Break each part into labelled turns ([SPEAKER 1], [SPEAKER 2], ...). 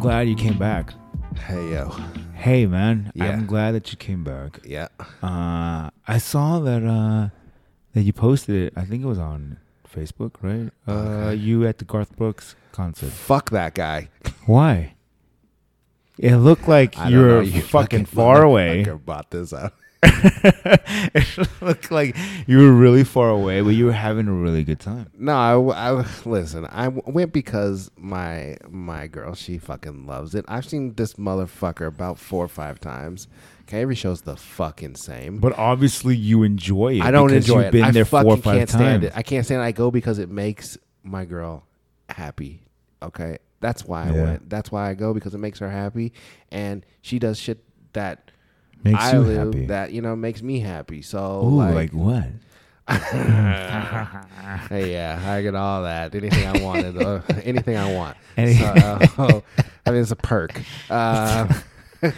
[SPEAKER 1] glad you came back.
[SPEAKER 2] Hey yo.
[SPEAKER 1] Hey, man.
[SPEAKER 2] Yeah.
[SPEAKER 1] I'm glad that you came back.
[SPEAKER 2] Yeah.
[SPEAKER 1] Uh, I saw that uh, that you posted it. I think it was on Facebook, right? Uh, you at the Garth Brooks concert.
[SPEAKER 2] Fuck that guy.
[SPEAKER 1] Why? It looked like
[SPEAKER 2] I
[SPEAKER 1] you
[SPEAKER 2] don't know,
[SPEAKER 1] were
[SPEAKER 2] you
[SPEAKER 1] fucking far away.
[SPEAKER 2] motherfucker Bought this up.
[SPEAKER 1] it looked like you were really far away, but you were having a really good time.
[SPEAKER 2] No, I w- I, w- listen. I w- went because my my girl, she fucking loves it. I've seen this motherfucker about four or five times. Okay, every show's the fucking same.
[SPEAKER 1] But obviously, you enjoy it.
[SPEAKER 2] I don't
[SPEAKER 1] because
[SPEAKER 2] enjoy
[SPEAKER 1] you've
[SPEAKER 2] it.
[SPEAKER 1] Been
[SPEAKER 2] I
[SPEAKER 1] there
[SPEAKER 2] fucking
[SPEAKER 1] four or five
[SPEAKER 2] can't
[SPEAKER 1] times.
[SPEAKER 2] stand it. I can't stand it. I go because it makes my girl happy. Okay, that's why I
[SPEAKER 1] Yeah.
[SPEAKER 2] went. That's why I go because it makes her happy, and she does shit that
[SPEAKER 1] Makes
[SPEAKER 2] I
[SPEAKER 1] you
[SPEAKER 2] live
[SPEAKER 1] happy.
[SPEAKER 2] that you know makes me happy. So
[SPEAKER 1] Ooh,
[SPEAKER 2] like,
[SPEAKER 1] like what?
[SPEAKER 2] hey, yeah, I get all that. Anything I wanted, uh, anything I want.
[SPEAKER 1] Any-
[SPEAKER 2] So, uh, I mean, it's a perk. Uh,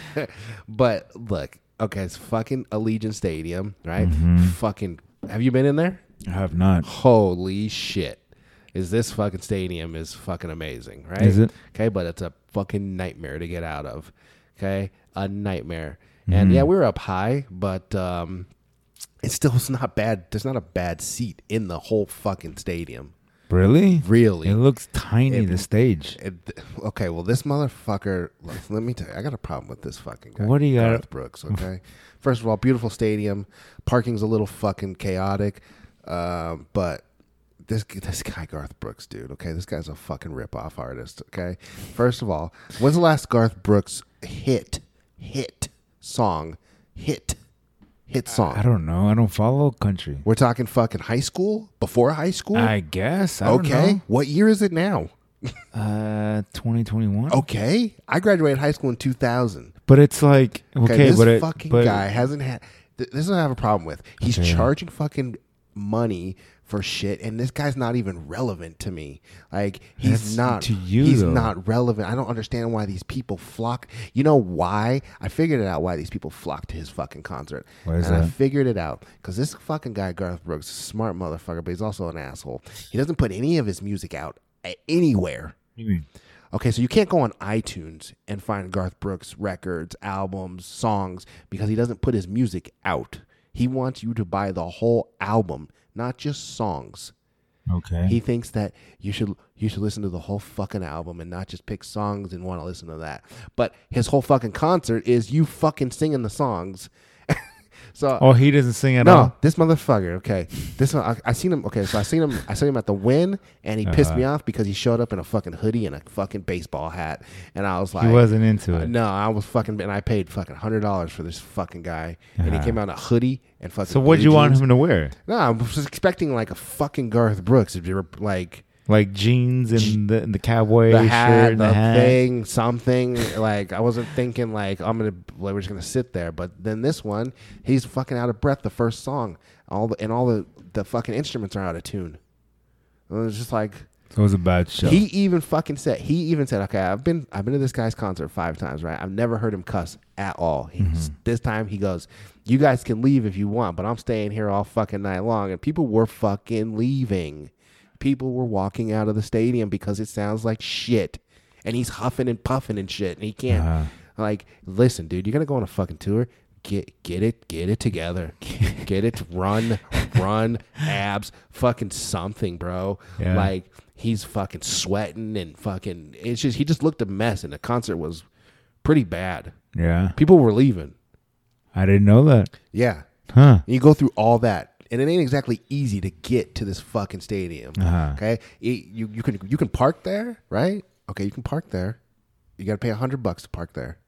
[SPEAKER 2] but look, okay, it's fucking Allegiant Stadium, right?
[SPEAKER 1] Mm-hmm.
[SPEAKER 2] Fucking, have you been in there?
[SPEAKER 1] I have not.
[SPEAKER 2] holy shit is this fucking stadium is fucking amazing right
[SPEAKER 1] Is it?
[SPEAKER 2] okay but it's a fucking nightmare to get out of okay a nightmare
[SPEAKER 1] Mm-hmm.
[SPEAKER 2] and yeah we were up high but um it's still it's not bad there's not a bad seat in the whole fucking stadium
[SPEAKER 1] Really?
[SPEAKER 2] really
[SPEAKER 1] It looks tiny. the stage.
[SPEAKER 2] It- okay well this motherfucker look, let me tell you i got a problem with this fucking guy
[SPEAKER 1] What do you got-
[SPEAKER 2] Garth brooks okay first of all beautiful stadium parking's a little fucking chaotic um, but this this guy Garth Brooks, dude. Okay, this guy's a fucking ripoff artist. Okay, first of all, when's the last Garth Brooks hit hit song hit hit song?
[SPEAKER 1] I don't know. I don't follow country.
[SPEAKER 2] We're talking fucking high school before high school.
[SPEAKER 1] I guess. I
[SPEAKER 2] okay,
[SPEAKER 1] okay.
[SPEAKER 2] what year is it now?
[SPEAKER 1] Uh, 2021.
[SPEAKER 2] Oh. Okay, I graduated high school in two thousand.
[SPEAKER 1] But it's like okay,
[SPEAKER 2] Okay, this
[SPEAKER 1] but it,
[SPEAKER 2] fucking
[SPEAKER 1] but
[SPEAKER 2] guy hasn't had. Th- this is what I have a problem with. He's
[SPEAKER 1] Okay.
[SPEAKER 2] charging fucking money for shit, and this guy's not even relevant to me. Like
[SPEAKER 1] That's
[SPEAKER 2] he's not
[SPEAKER 1] to you,
[SPEAKER 2] He's
[SPEAKER 1] though.
[SPEAKER 2] not relevant. I don't understand why these people flock. You know why? I figured it out why these people flock to his fucking concert.
[SPEAKER 1] Why is
[SPEAKER 2] and I
[SPEAKER 1] that?
[SPEAKER 2] figured it out because this fucking guy Garth Brooks, is a smart motherfucker, but he's also an asshole. He doesn't put any of his music out a- anywhere. Okay, so you can't go on iTunes and find Garth Brooks records, albums, songs because he doesn't put his music out. He wants you to buy the whole album, not just songs.
[SPEAKER 1] Okay.
[SPEAKER 2] He thinks that you should you should listen to the whole fucking album and not just pick songs and want to listen to that. But his whole fucking concert is you fucking singing the songs. so
[SPEAKER 1] oh, he doesn't sing at
[SPEAKER 2] no,
[SPEAKER 1] all.
[SPEAKER 2] this motherfucker. Okay, this one. I, I seen him. Okay, so I seen him. I seen him at the win, and he pissed
[SPEAKER 1] Uh-huh.
[SPEAKER 2] me off because he showed up in a fucking hoodie and a fucking baseball hat, and I was like,
[SPEAKER 1] He wasn't into it.
[SPEAKER 2] No, I was fucking, and I paid fucking hundred dollars for this fucking guy, and he came out in a hoodie and fucking.
[SPEAKER 1] Uh-huh. so what'd you
[SPEAKER 2] blue
[SPEAKER 1] want
[SPEAKER 2] jeans.
[SPEAKER 1] him to wear?
[SPEAKER 2] No, I was expecting like a fucking Garth Brooks. If you were like
[SPEAKER 1] Like jeans and the, and the cowboy
[SPEAKER 2] the
[SPEAKER 1] shirt
[SPEAKER 2] hat,
[SPEAKER 1] and
[SPEAKER 2] the,
[SPEAKER 1] the hat.
[SPEAKER 2] thing, something. like I wasn't thinking like I'm gonna like we're just gonna sit there. But then this one, he's fucking out of breath the first song. All the and all the the fucking instruments are out of tune. And It was just like
[SPEAKER 1] So it was a bad show.
[SPEAKER 2] he even fucking said he even said okay I've been I've been to this guy's concert five times right I've never heard him cuss at all. He, This time he goes, you guys can leave if you want, but I'm staying here all fucking night long. And people were fucking leaving. People were walking out of the stadium because it sounds like shit and he's huffing and puffing and shit, and he can't. Like, listen, dude, you're gonna go on a fucking tour. Get get it get it together. get it run run abs fucking something, bro.
[SPEAKER 1] Yeah.
[SPEAKER 2] Like he's fucking sweating and fucking. It's just he just looked a mess, and the concert was pretty bad.
[SPEAKER 1] yeah.
[SPEAKER 2] People were leaving.
[SPEAKER 1] I didn't know that.
[SPEAKER 2] Yeah,
[SPEAKER 1] Huh.
[SPEAKER 2] and you go through all that, and it ain't exactly easy to get to this fucking stadium.
[SPEAKER 1] Uh-huh.
[SPEAKER 2] Okay, It- you you can you can park there, right? Okay, you can park there. You got to pay a hundred bucks to park there.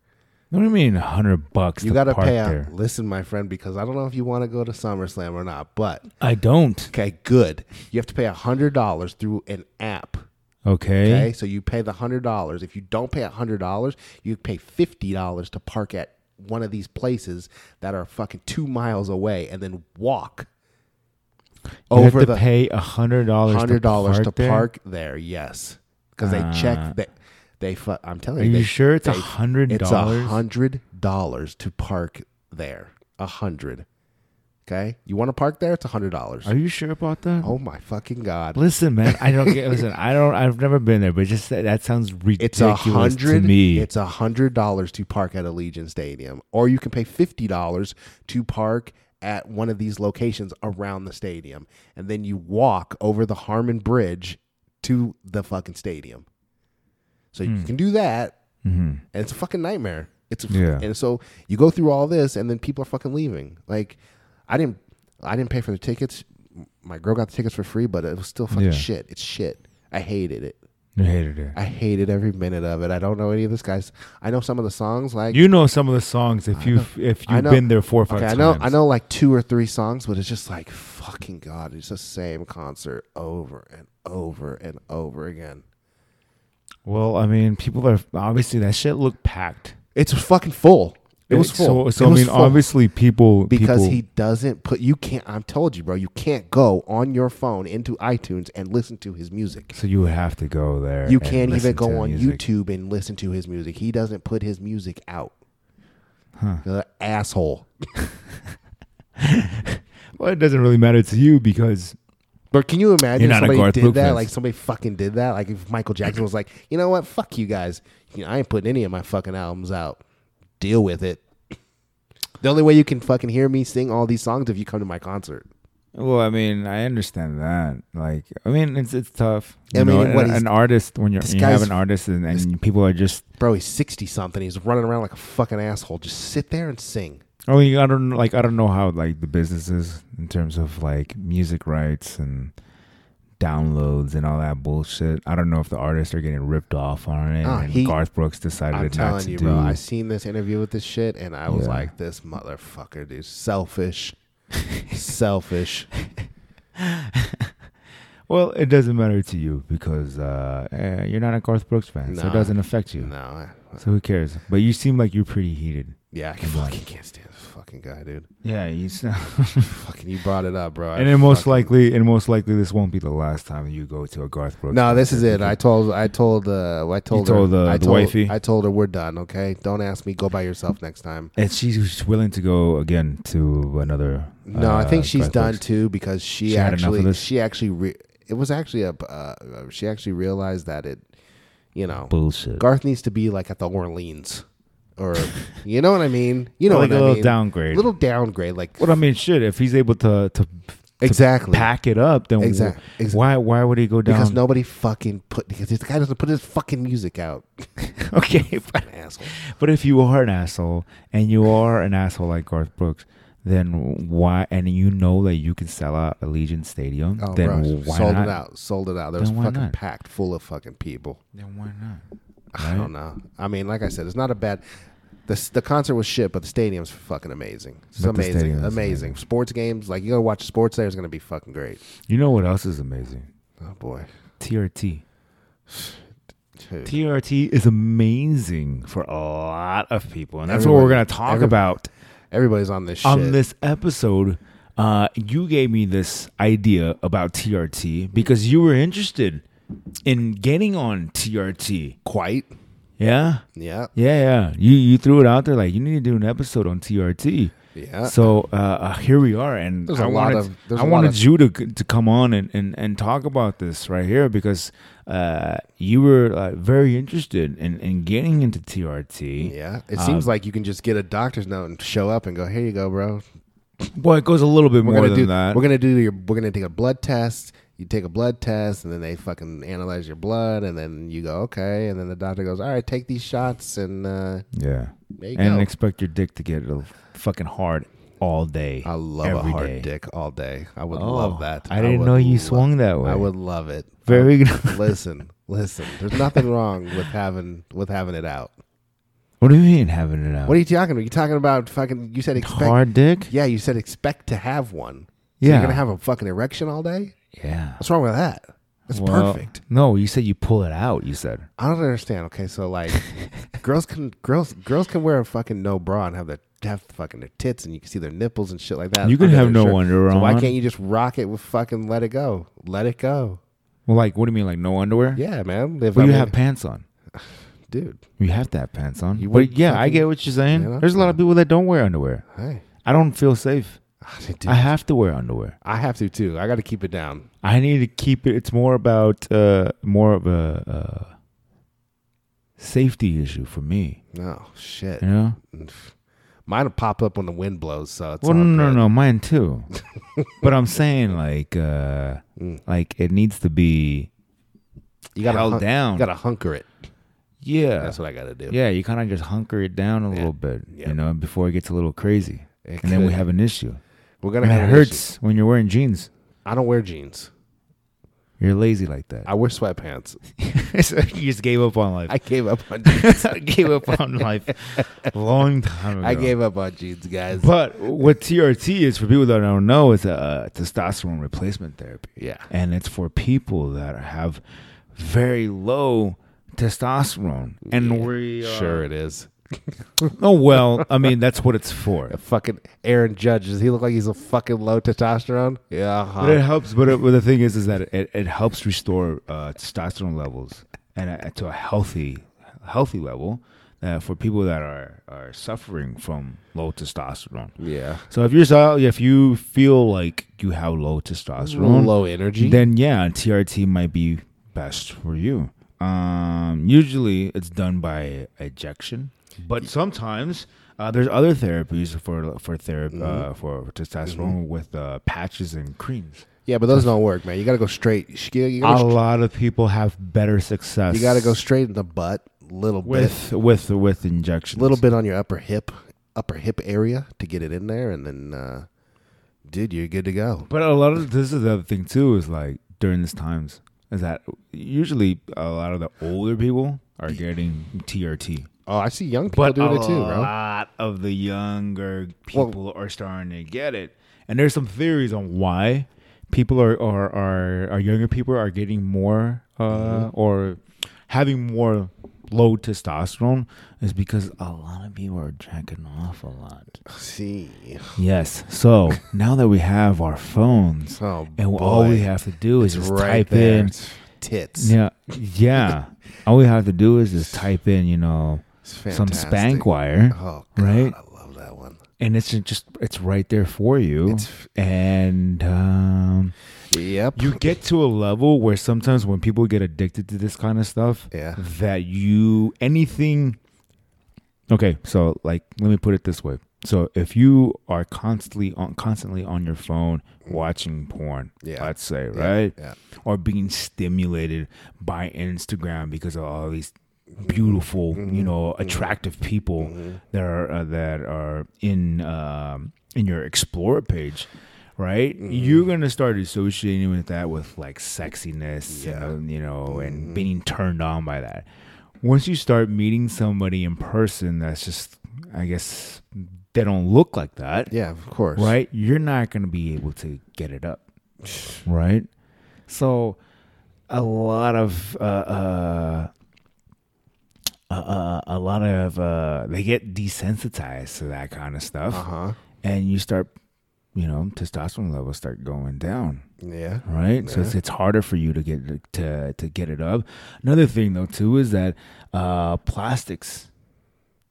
[SPEAKER 1] What do you mean, hundred bucks?
[SPEAKER 2] You
[SPEAKER 1] to
[SPEAKER 2] got to
[SPEAKER 1] park
[SPEAKER 2] pay. A,
[SPEAKER 1] there?
[SPEAKER 2] listen, my friend, because I don't know if you want to go to SummerSlam or not, but
[SPEAKER 1] I don't.
[SPEAKER 2] okay, good. You have to pay a hundred dollars through an app.
[SPEAKER 1] Okay.
[SPEAKER 2] Okay, so you pay the hundred dollars. If you don't pay a hundred dollars, you pay fifty dollars to park at one of these places that are fucking two miles away, and then walk
[SPEAKER 1] You have to pay a hundred dollars.
[SPEAKER 2] hundred dollars to,
[SPEAKER 1] there? Ah.
[SPEAKER 2] park there. Yes, because they check that they. Fu- I'm telling
[SPEAKER 1] Are
[SPEAKER 2] you,
[SPEAKER 1] you
[SPEAKER 2] they-
[SPEAKER 1] sure it's a
[SPEAKER 2] they-
[SPEAKER 1] hundred
[SPEAKER 2] It's a
[SPEAKER 1] dollars?
[SPEAKER 2] hundred dollars to park there. A hundred. Okay, you want to park there? It's hundred dollars.
[SPEAKER 1] Are you sure about that?
[SPEAKER 2] Oh my fucking god!
[SPEAKER 1] Listen, man, I don't get. Listen, I don't. I've never been there, but just that, that sounds
[SPEAKER 2] It's a
[SPEAKER 1] ridiculous to
[SPEAKER 2] hundred.
[SPEAKER 1] me.
[SPEAKER 2] It's a hundred dollars to park at Allegiant Stadium, or you can pay fifty dollars to park at one of these locations around the stadium, and then you walk over the Harmon Bridge to the fucking stadium. So
[SPEAKER 1] Hmm.
[SPEAKER 2] you can do that,
[SPEAKER 1] Mhm.
[SPEAKER 2] and it's a fucking nightmare. It's a,
[SPEAKER 1] Yeah.
[SPEAKER 2] and so you go through all this, and then people are fucking leaving. Like, I didn't, I didn't pay for the tickets. My girl got the tickets for free, but it was still fucking
[SPEAKER 1] Yeah.
[SPEAKER 2] shit. It's shit. I hated it.
[SPEAKER 1] I hated it.
[SPEAKER 2] I hated every minute of it. I don't know any of this guys. I know some of the songs. Like,
[SPEAKER 1] You know some of the songs if you have if
[SPEAKER 2] I
[SPEAKER 1] you've
[SPEAKER 2] know-
[SPEAKER 1] been there four or five
[SPEAKER 2] okay, I
[SPEAKER 1] times.
[SPEAKER 2] know, I know, like two or three songs, but it's just like fucking god. It's the same concert over and over and over again.
[SPEAKER 1] Well, I mean, people are obviously that shit looked packed.
[SPEAKER 2] It's fucking full. It was
[SPEAKER 1] So-
[SPEAKER 2] full.
[SPEAKER 1] So,
[SPEAKER 2] It
[SPEAKER 1] I
[SPEAKER 2] was
[SPEAKER 1] mean,
[SPEAKER 2] full.
[SPEAKER 1] obviously people
[SPEAKER 2] because
[SPEAKER 1] people-
[SPEAKER 2] he doesn't put you can't i'm told you bro you can't go on your phone into itunes and listen to his music
[SPEAKER 1] So you would have to go there.
[SPEAKER 2] you
[SPEAKER 1] and
[SPEAKER 2] can't even
[SPEAKER 1] listen to
[SPEAKER 2] go
[SPEAKER 1] the
[SPEAKER 2] on
[SPEAKER 1] music.
[SPEAKER 2] youtube and listen to his music he doesn't put his music out the asshole
[SPEAKER 1] Well, it doesn't really matter to you because
[SPEAKER 2] but can you imagine
[SPEAKER 1] You're not a
[SPEAKER 2] somebody
[SPEAKER 1] Garth
[SPEAKER 2] did
[SPEAKER 1] Brooks
[SPEAKER 2] that
[SPEAKER 1] fan.
[SPEAKER 2] like somebody fucking did that like if michael jackson was like you know what fuck you guys you know, i ain't putting any of my fucking albums out deal with it the only way you can fucking hear me sing all these songs if you come to my concert
[SPEAKER 1] Well, I mean, I understand that. Like, I mean, it's it's tough.
[SPEAKER 2] I
[SPEAKER 1] You
[SPEAKER 2] mean,
[SPEAKER 1] know,
[SPEAKER 2] what
[SPEAKER 1] an,
[SPEAKER 2] he's-
[SPEAKER 1] an artist when you're
[SPEAKER 2] this
[SPEAKER 1] you have
[SPEAKER 2] guy's-
[SPEAKER 1] an artist and, and people are just.
[SPEAKER 2] bro he's 60 something he's running around like a fucking asshole just sit there and sing
[SPEAKER 1] I mean, I don't like. I don't know how like the business is in terms of like music rights and downloads and all that bullshit. I don't know if the artists are getting ripped off on it.
[SPEAKER 2] Ah,
[SPEAKER 1] and
[SPEAKER 2] he-
[SPEAKER 1] Garth Brooks decided
[SPEAKER 2] I'm
[SPEAKER 1] not
[SPEAKER 2] telling
[SPEAKER 1] to
[SPEAKER 2] you,
[SPEAKER 1] do.
[SPEAKER 2] bro. I seen this interview with this shit, and I was
[SPEAKER 1] Yeah.
[SPEAKER 2] like, "This motherfucker, dude, selfish, selfish."
[SPEAKER 1] well, it doesn't matter to you because uh, eh, you're not a Garth Brooks fan, so
[SPEAKER 2] Nah.
[SPEAKER 1] it doesn't affect you.
[SPEAKER 2] No, I,
[SPEAKER 1] So who cares? But you seem like you're pretty heated.
[SPEAKER 2] yeah, I can fucking can't stand this fucking guy, dude.
[SPEAKER 1] Yeah, you sound.
[SPEAKER 2] Fucking, you brought it up, bro. I
[SPEAKER 1] and then most
[SPEAKER 2] fucking-
[SPEAKER 1] likely, and most likely, this won't be the last time you go to a Garth Brooks.
[SPEAKER 2] no, this is
[SPEAKER 1] concert
[SPEAKER 2] it. I told, I told, uh, I told,
[SPEAKER 1] told,
[SPEAKER 2] her,
[SPEAKER 1] uh,
[SPEAKER 2] I
[SPEAKER 1] the
[SPEAKER 2] told,
[SPEAKER 1] wifey?
[SPEAKER 2] I told her we're done. Okay, don't ask me. Go by yourself next time.
[SPEAKER 1] because- and she's willing to go again to another.
[SPEAKER 2] No, I
[SPEAKER 1] uh,
[SPEAKER 2] think she's
[SPEAKER 1] Garth
[SPEAKER 2] done
[SPEAKER 1] Brooks.
[SPEAKER 2] too because she,
[SPEAKER 1] She had enough of
[SPEAKER 2] actually,
[SPEAKER 1] this?
[SPEAKER 2] she actually, re- it was actually a, uh, she actually realized that it, you know,
[SPEAKER 1] Bullshit.
[SPEAKER 2] Garth needs to be like at the Orleans, or you know what I mean. You know
[SPEAKER 1] like
[SPEAKER 2] what
[SPEAKER 1] a
[SPEAKER 2] I
[SPEAKER 1] little
[SPEAKER 2] mean.
[SPEAKER 1] downgrade.
[SPEAKER 2] Little downgrade, like
[SPEAKER 1] What I mean, shit. If he's able to to
[SPEAKER 2] exactly
[SPEAKER 1] pack it up, then
[SPEAKER 2] Exact-
[SPEAKER 1] wh-
[SPEAKER 2] ex-
[SPEAKER 1] why why would he go down?
[SPEAKER 2] because nobody fucking put because this guy doesn't put his fucking music out.
[SPEAKER 1] okay, but,
[SPEAKER 2] Asshole.
[SPEAKER 1] but if you are an asshole and you are an asshole like Garth Brooks. Then why? And you know that you can sell out Allegiant Stadium.
[SPEAKER 2] Oh,
[SPEAKER 1] then
[SPEAKER 2] bro,
[SPEAKER 1] why
[SPEAKER 2] sold
[SPEAKER 1] not?
[SPEAKER 2] it out, sold it out. There was
[SPEAKER 1] Then why
[SPEAKER 2] fucking
[SPEAKER 1] not?
[SPEAKER 2] packed full of fucking people.
[SPEAKER 1] Then why not?
[SPEAKER 2] I don't know. I mean, like I said, it's not a bad. The, s- the concert was shit, but the stadium's fucking amazing. It's
[SPEAKER 1] But the
[SPEAKER 2] amazing,
[SPEAKER 1] stadium
[SPEAKER 2] amazing.
[SPEAKER 1] is amazing.
[SPEAKER 2] Sports games, like you go watch sports there, it's gonna be fucking great.
[SPEAKER 1] You know what else is amazing?
[SPEAKER 2] Oh boy,
[SPEAKER 1] TRT.
[SPEAKER 2] Dude.
[SPEAKER 1] TRT is amazing for a lot of people, and that's what we're
[SPEAKER 2] Everybody-
[SPEAKER 1] going to talk
[SPEAKER 2] every-
[SPEAKER 1] about
[SPEAKER 2] everybody's on this shit.
[SPEAKER 1] on this episode. Uh, you gave me this idea about TRT because you were interested in getting on TRT.
[SPEAKER 2] quite,
[SPEAKER 1] Yeah,
[SPEAKER 2] yeah,
[SPEAKER 1] yeah, yeah. You you threw it out there like you need to do an episode on TRT.
[SPEAKER 2] yeah.
[SPEAKER 1] So uh, uh, here we are, and
[SPEAKER 2] Uh-uh. There's
[SPEAKER 1] I
[SPEAKER 2] a lot
[SPEAKER 1] wanted,
[SPEAKER 2] of- there's
[SPEAKER 1] I
[SPEAKER 2] a lot
[SPEAKER 1] wanted
[SPEAKER 2] of-
[SPEAKER 1] you to to come on and, and, and talk about this right here because uh, you were uh, very interested in, in getting into TRT.
[SPEAKER 2] Yeah, it
[SPEAKER 1] Um,
[SPEAKER 2] seems like you can just get a doctor's note and show up and go, "Here you go, bro.
[SPEAKER 1] Well, it goes a little bit
[SPEAKER 2] We're
[SPEAKER 1] more
[SPEAKER 2] gonna
[SPEAKER 1] than
[SPEAKER 2] do
[SPEAKER 1] that.
[SPEAKER 2] We're gonna do your. We're gonna take a blood test. You take a blood test, and then they fucking analyze your blood, and then you go, okay, and then the doctor goes, "All right, take these shots," and uh,
[SPEAKER 1] yeah,
[SPEAKER 2] there you
[SPEAKER 1] and
[SPEAKER 2] go.
[SPEAKER 1] expect your dick to get a fucking hard all day.
[SPEAKER 2] I love
[SPEAKER 1] every
[SPEAKER 2] a hard
[SPEAKER 1] day.
[SPEAKER 2] dick all day. I would
[SPEAKER 1] Oh,
[SPEAKER 2] love that.
[SPEAKER 1] I didn't
[SPEAKER 2] would
[SPEAKER 1] know you
[SPEAKER 2] lo-
[SPEAKER 1] swung that way.
[SPEAKER 2] I would love it.
[SPEAKER 1] Very good.
[SPEAKER 2] listen, listen. There's nothing wrong with having with having it out.
[SPEAKER 1] what do you mean having it out?
[SPEAKER 2] What are you talking about? You talking about fucking? You said expect.
[SPEAKER 1] hard dick?
[SPEAKER 2] Yeah, you said expect to have one. So
[SPEAKER 1] Yeah.
[SPEAKER 2] you're gonna have a fucking erection all day.
[SPEAKER 1] Yeah,
[SPEAKER 2] What's wrong with that? That's
[SPEAKER 1] Well,
[SPEAKER 2] perfect.
[SPEAKER 1] No, you said you pull it out. You said.
[SPEAKER 2] I don't understand. Okay, so like, girls can girls girls can wear a fucking no bra and have their have fucking their tits and you can see their nipples and shit like that.
[SPEAKER 1] You can
[SPEAKER 2] under
[SPEAKER 1] have
[SPEAKER 2] their
[SPEAKER 1] no
[SPEAKER 2] shirt.
[SPEAKER 1] underwear
[SPEAKER 2] So why
[SPEAKER 1] on.
[SPEAKER 2] can't you just rock it with fucking let it go? Let it go.
[SPEAKER 1] Well, like, what do you mean, like no underwear?
[SPEAKER 2] Yeah, man. If
[SPEAKER 1] Well,
[SPEAKER 2] I
[SPEAKER 1] you
[SPEAKER 2] mean-
[SPEAKER 1] have pants on.
[SPEAKER 2] dude.
[SPEAKER 1] You have to have pants on.
[SPEAKER 2] You
[SPEAKER 1] but
[SPEAKER 2] would
[SPEAKER 1] yeah, I
[SPEAKER 2] fucking-
[SPEAKER 1] get what you're saying.
[SPEAKER 2] Yeah.
[SPEAKER 1] There's a lot of people that don't wear underwear.
[SPEAKER 2] Hey,
[SPEAKER 1] I don't feel safe. I have to wear underwear.
[SPEAKER 2] I have to too. I got to keep it down.
[SPEAKER 1] I need to keep it. It's more about uh, more of a uh, safety issue for me.
[SPEAKER 2] Oh shit!
[SPEAKER 1] You know.
[SPEAKER 2] Mine will pop up when the wind blows. So it's
[SPEAKER 1] Well, no,
[SPEAKER 2] all
[SPEAKER 1] no,
[SPEAKER 2] good.
[SPEAKER 1] no, mine too. but I'm saying like, uh,
[SPEAKER 2] Mm.
[SPEAKER 1] like it needs to be
[SPEAKER 2] You got to
[SPEAKER 1] held down.
[SPEAKER 2] You got to hunker it.
[SPEAKER 1] yeah,
[SPEAKER 2] That's what I got to do.
[SPEAKER 1] yeah. You kind of just hunker it down a little bit,
[SPEAKER 2] Yeah.
[SPEAKER 1] you know, before it gets a little crazy,
[SPEAKER 2] It
[SPEAKER 1] and then we
[SPEAKER 2] could-
[SPEAKER 1] have an issue.
[SPEAKER 2] We're gonna
[SPEAKER 1] And
[SPEAKER 2] have
[SPEAKER 1] it
[SPEAKER 2] an issue.
[SPEAKER 1] hurts when you're wearing jeans.
[SPEAKER 2] I don't wear jeans.
[SPEAKER 1] You're lazy like that.
[SPEAKER 2] I wear sweatpants.
[SPEAKER 1] So you just gave up on life.
[SPEAKER 2] I gave up on.
[SPEAKER 1] Oh,
[SPEAKER 2] jeans.
[SPEAKER 1] I gave up on life long time ago.
[SPEAKER 2] I gave up on jeans, guys.
[SPEAKER 1] But what TRT is for people that don't know, it's a, a testosterone replacement therapy.
[SPEAKER 2] yeah.
[SPEAKER 1] and it's for people that have very low testosterone. And we are,
[SPEAKER 2] Sure, it is.
[SPEAKER 1] Oh well, I mean that's what it's for.
[SPEAKER 2] A fucking Aaron Judge. Does he look like he's a fucking low testosterone? Yeah.
[SPEAKER 1] But
[SPEAKER 2] huh.
[SPEAKER 1] it helps. But, it, but the thing is, is that it, it helps restore uh, testosterone levels and uh, to a healthy, healthy level uh, for people that are are suffering from low testosterone.
[SPEAKER 2] Yeah.
[SPEAKER 1] So if you're so- if you feel like you have low testosterone,
[SPEAKER 2] Low energy.
[SPEAKER 1] then yeah, TRT might be best for you. Um, usually it's done by ejection, but sometimes uh, there's other therapies for for therapy uh, for testosterone with uh, patches and creams.
[SPEAKER 2] yeah, but those don't work, man. You got to go straight. You gotta, you
[SPEAKER 1] A
[SPEAKER 2] gotta,
[SPEAKER 1] lot of people have better success.
[SPEAKER 2] you gotta go straight in the butt. Little bit.
[SPEAKER 1] with with with injections.
[SPEAKER 2] Little bit on your upper hip, upper hip area to get it in there, and then, uh, dude, you're good to go.
[SPEAKER 1] But a lot of this is the other thing too is like during these times is that usually a lot of the older people are getting TRT.
[SPEAKER 2] Oh, I see young people
[SPEAKER 1] But
[SPEAKER 2] doing
[SPEAKER 1] a
[SPEAKER 2] it too, bro.
[SPEAKER 1] lot of the younger people are starting to get it, and there's some theories on why people are are are, are younger people are getting more uh,
[SPEAKER 2] Mm-hmm.
[SPEAKER 1] or having more low testosterone is because a lot of people are jacking off a lot.
[SPEAKER 2] See.
[SPEAKER 1] Yes. So now that we have our phones,
[SPEAKER 2] Oh,
[SPEAKER 1] and
[SPEAKER 2] boy.
[SPEAKER 1] all we have to do is
[SPEAKER 2] It's
[SPEAKER 1] just
[SPEAKER 2] right
[SPEAKER 1] type
[SPEAKER 2] there.
[SPEAKER 1] in.
[SPEAKER 2] It's Tits.
[SPEAKER 1] Yeah, yeah. all we have to do is just type in, you know,
[SPEAKER 2] It's
[SPEAKER 1] some
[SPEAKER 2] fantastic.
[SPEAKER 1] spank wire
[SPEAKER 2] Oh, God,
[SPEAKER 1] right?
[SPEAKER 2] I love that one.
[SPEAKER 1] and it's just it's right there for you
[SPEAKER 2] It's-
[SPEAKER 1] and um,
[SPEAKER 2] Yep.
[SPEAKER 1] you get to a level where sometimes when people get addicted to this kind of stuff
[SPEAKER 2] Yeah.
[SPEAKER 1] that you anything okay so like let me put it this way so if you are constantly on constantly on your phone watching porn
[SPEAKER 2] Mm. Yeah.
[SPEAKER 1] let's say
[SPEAKER 2] Yeah,
[SPEAKER 1] right
[SPEAKER 2] Yeah.
[SPEAKER 1] or being stimulated by Instagram because of all these beautiful, you know, attractive people that are uh, that are in um, in your explore page, right? You're gonna start associating with that with like sexiness, and, you know, and being turned on by that. Once you start meeting somebody in person, that's just, I guess, they don't look like that
[SPEAKER 2] Yeah, of course.
[SPEAKER 1] right? You're not going to be able to get it up, right? So, a lot of uh, uh, uh, uh, a lot of uh, they get desensitized to that kind of stuff,
[SPEAKER 2] Uh huh.
[SPEAKER 1] and you start, you know, testosterone levels start going down,
[SPEAKER 2] Yeah.
[SPEAKER 1] right? So it's, it's harder for you to get to to get it up. Another thing though too is that uh, plastics.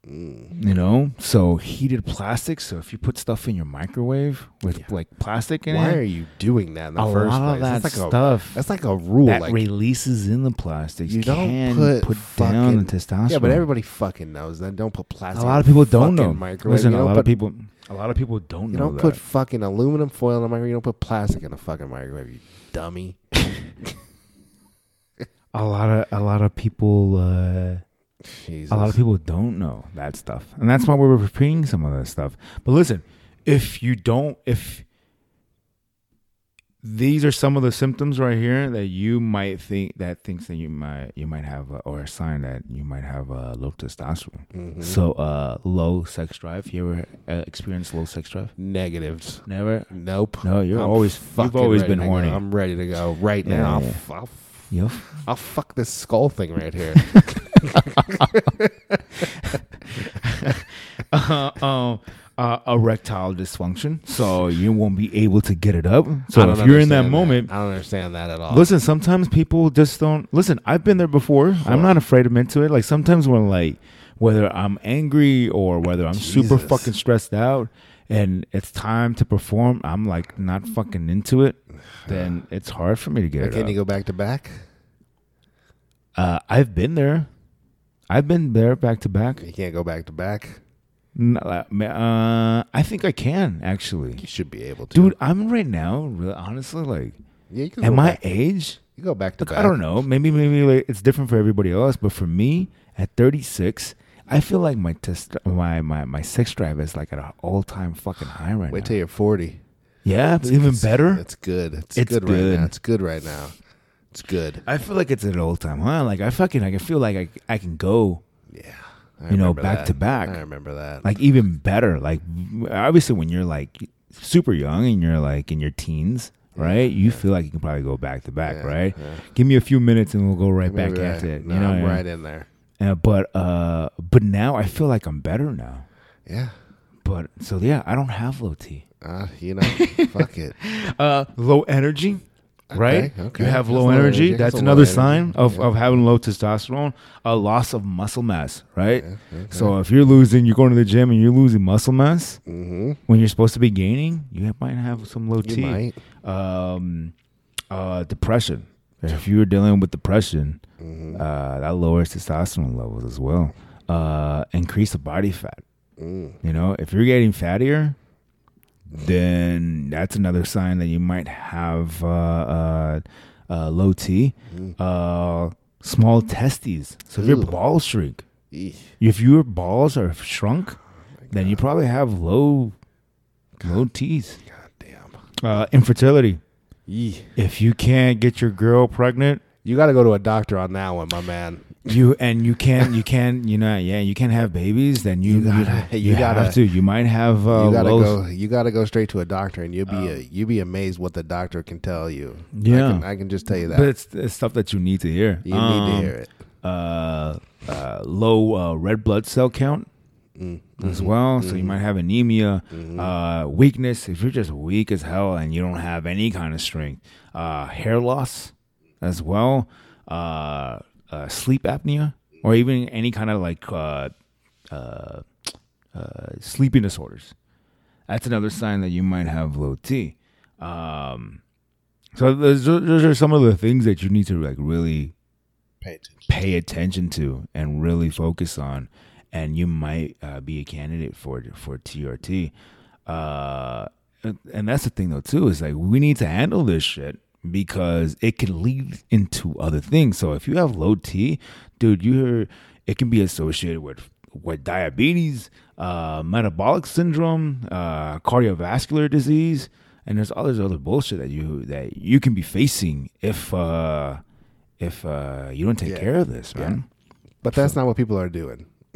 [SPEAKER 2] Mm.
[SPEAKER 1] You know, so heated plastics. So if you put stuff in your microwave with like plastic in
[SPEAKER 2] Why
[SPEAKER 1] it,
[SPEAKER 2] are you doing that in the
[SPEAKER 1] a
[SPEAKER 2] first
[SPEAKER 1] lot
[SPEAKER 2] place?
[SPEAKER 1] of that
[SPEAKER 2] that's like
[SPEAKER 1] stuff
[SPEAKER 2] a that's like a rule.
[SPEAKER 1] that
[SPEAKER 2] like
[SPEAKER 1] releases in the plastics
[SPEAKER 2] you
[SPEAKER 1] can
[SPEAKER 2] don't put,
[SPEAKER 1] down the
[SPEAKER 2] fucking-
[SPEAKER 1] testosterone.
[SPEAKER 2] Yeah, but everybody fucking knows that. Don't put
[SPEAKER 1] a
[SPEAKER 2] plastic.
[SPEAKER 1] lot of
[SPEAKER 2] in the
[SPEAKER 1] people don't
[SPEAKER 2] fucking
[SPEAKER 1] know.
[SPEAKER 2] Microwave.
[SPEAKER 1] Listen,
[SPEAKER 2] you
[SPEAKER 1] a
[SPEAKER 2] don't
[SPEAKER 1] lot
[SPEAKER 2] put,
[SPEAKER 1] of people, a lot of people don't
[SPEAKER 2] You
[SPEAKER 1] know
[SPEAKER 2] don't
[SPEAKER 1] that.
[SPEAKER 2] put fucking aluminum foil in the microwave. You don't put plastic in the fucking microwave. You dummy.
[SPEAKER 1] a lot of a lot of people. Uh,
[SPEAKER 2] Jesus.
[SPEAKER 1] A lot of people don't know that stuff, and that's why we're repeating some of this stuff. But listen, if you don't, if these are some of the symptoms right here that you might think that thinks that you might you might have, uh, or a sign that you might have uh, low testosterone.
[SPEAKER 2] Mm-hmm.
[SPEAKER 1] So, uh, low sex drive. You ever uh, experienced low sex drive?
[SPEAKER 2] negatives.
[SPEAKER 1] Never.
[SPEAKER 2] Nope.
[SPEAKER 1] No, you're
[SPEAKER 2] I'm
[SPEAKER 1] always
[SPEAKER 2] fucking
[SPEAKER 1] you've always
[SPEAKER 2] ready
[SPEAKER 1] been
[SPEAKER 2] to go.
[SPEAKER 1] horny.
[SPEAKER 2] I'm ready to go right
[SPEAKER 1] Yeah,
[SPEAKER 2] now.
[SPEAKER 1] yeah.
[SPEAKER 2] I'll, f- I'll, f-
[SPEAKER 1] Yep.
[SPEAKER 2] I'll fuck this skull thing right here.
[SPEAKER 1] uh, um, uh, erectile dysfunction, so you won't be able to get it up. So
[SPEAKER 2] I
[SPEAKER 1] if
[SPEAKER 2] don't
[SPEAKER 1] you're in that
[SPEAKER 2] understand
[SPEAKER 1] moment,
[SPEAKER 2] I don't understand that at all.
[SPEAKER 1] listen. Sometimes people just don't listen. I've been there before. I'm not afraid of into it. Like sometimes when like whether I'm angry or whether I'm super
[SPEAKER 2] Jesus.
[SPEAKER 1] fucking stressed out, and it's time to perform, I'm like not fucking into it, then it's hard for me to get it.
[SPEAKER 2] Can
[SPEAKER 1] up.
[SPEAKER 2] you go back to back?
[SPEAKER 1] Uh, I've been there. I've been there back to back.
[SPEAKER 2] You can't go back to back.
[SPEAKER 1] N- Uh, I think I can actually,
[SPEAKER 2] You should be able to,
[SPEAKER 1] dude. I'm right now, really, honestly, like,
[SPEAKER 2] Yeah, you can
[SPEAKER 1] at
[SPEAKER 2] go
[SPEAKER 1] my
[SPEAKER 2] back-
[SPEAKER 1] age,
[SPEAKER 2] You go back to
[SPEAKER 1] like,
[SPEAKER 2] back.
[SPEAKER 1] I don't know. Maybe, maybe like, it's different for everybody else, but for me, at 36, I feel like my test, my my my sex drive is like at an all time fucking high right
[SPEAKER 2] Wait
[SPEAKER 1] now.
[SPEAKER 2] till you're forty.
[SPEAKER 1] yeah, it's even better.
[SPEAKER 2] It's good. It's,
[SPEAKER 1] It's
[SPEAKER 2] good, right
[SPEAKER 1] good.
[SPEAKER 2] now. It's good right now. It's good.
[SPEAKER 1] I feel like it's at an all time high. Like I fucking, I can feel like I I can go
[SPEAKER 2] Yeah. I
[SPEAKER 1] You know,
[SPEAKER 2] remember
[SPEAKER 1] back
[SPEAKER 2] that.
[SPEAKER 1] to back.
[SPEAKER 2] I remember that.
[SPEAKER 1] like even better. Like obviously, when you're like super young and you're like in your teens, right? You feel like you can probably go back to back,
[SPEAKER 2] Yeah,
[SPEAKER 1] right?
[SPEAKER 2] yeah.
[SPEAKER 1] Give me a few minutes and we'll go right back
[SPEAKER 2] Maybe
[SPEAKER 1] at
[SPEAKER 2] I-
[SPEAKER 1] it.
[SPEAKER 2] No,
[SPEAKER 1] you know,
[SPEAKER 2] I'm
[SPEAKER 1] what I mean?
[SPEAKER 2] right in there.
[SPEAKER 1] Uh, but uh, but now I feel like I'm better now.
[SPEAKER 2] Yeah.
[SPEAKER 1] But so yeah, I don't have low T.
[SPEAKER 2] Uh, you know, fuck it.
[SPEAKER 1] Uh, low energy. Right,
[SPEAKER 2] okay.
[SPEAKER 1] you have
[SPEAKER 2] That's
[SPEAKER 1] low
[SPEAKER 2] low
[SPEAKER 1] energy.
[SPEAKER 2] energy.
[SPEAKER 1] That's
[SPEAKER 2] That's a low
[SPEAKER 1] another
[SPEAKER 2] energy.
[SPEAKER 1] sign of,
[SPEAKER 2] Yeah.
[SPEAKER 1] of having low testosterone. A loss of muscle mass, right?
[SPEAKER 2] okay.
[SPEAKER 1] So if you're losing, you're going to the gym and you're losing muscle mass.
[SPEAKER 2] Mm-hmm.
[SPEAKER 1] when you're supposed to be gaining, you might have some low
[SPEAKER 2] You
[SPEAKER 1] T.
[SPEAKER 2] might.
[SPEAKER 1] Um, uh, depression. If you were dealing with depression,
[SPEAKER 2] Mm-hmm.
[SPEAKER 1] uh, that lowers testosterone levels as well. Uh, increase the body fat.
[SPEAKER 2] Mm.
[SPEAKER 1] You know, if you're getting fattier, then that's another sign that you might have uh, uh, uh, low T. Uh, small testes. So if your
[SPEAKER 2] Mm. Ooh.
[SPEAKER 1] balls shrink,
[SPEAKER 2] Eesh.
[SPEAKER 1] if your balls are shrunk, then you probably have low low T's.
[SPEAKER 2] Oh God damn.
[SPEAKER 1] Uh, infertility.
[SPEAKER 2] Eesh.
[SPEAKER 1] If you can't get your girl pregnant,
[SPEAKER 2] You got to go to a doctor on that one, my man.
[SPEAKER 1] you and you can't you can't you know yeah you can't have babies, then you you,
[SPEAKER 2] gotta-
[SPEAKER 1] you
[SPEAKER 2] you gotta-
[SPEAKER 1] have to you might have uh,
[SPEAKER 2] you gotta
[SPEAKER 1] low-
[SPEAKER 2] go. You gotta go straight to a doctor, and you'll be uh you'll be amazed what the doctor can tell you.
[SPEAKER 1] Oh. Yeah.
[SPEAKER 2] I can, I can just tell you that.
[SPEAKER 1] But um, it's, it's stuff that you need to hear.
[SPEAKER 2] you need to hear it.
[SPEAKER 1] Uh, uh, low uh, red blood cell count. As well, so you might have anemia, uh, weakness. If you're just weak as hell and you don't have any kind of strength, uh, hair loss, as well, uh, uh, sleep apnea, or even any kind of like uh, uh, uh, sleeping disorders. That's another sign that you might have low T. Um, so those, those are some of the things that you need to like really
[SPEAKER 2] Pay attention.
[SPEAKER 1] pay attention to and really focus on, and you might uh, be a candidate for for TRT. Uh, and- and that's the thing though too is like we need to handle this shit because it can lead into other things. So if you have low T, dude, you it can be associated with with diabetes, uh, metabolic syndrome, uh, cardiovascular disease. And there's all this other bullshit that you that you can be facing if uh, if uh, you don't take
[SPEAKER 2] Yeah.
[SPEAKER 1] care of this, man.
[SPEAKER 2] But that's not what people are doing.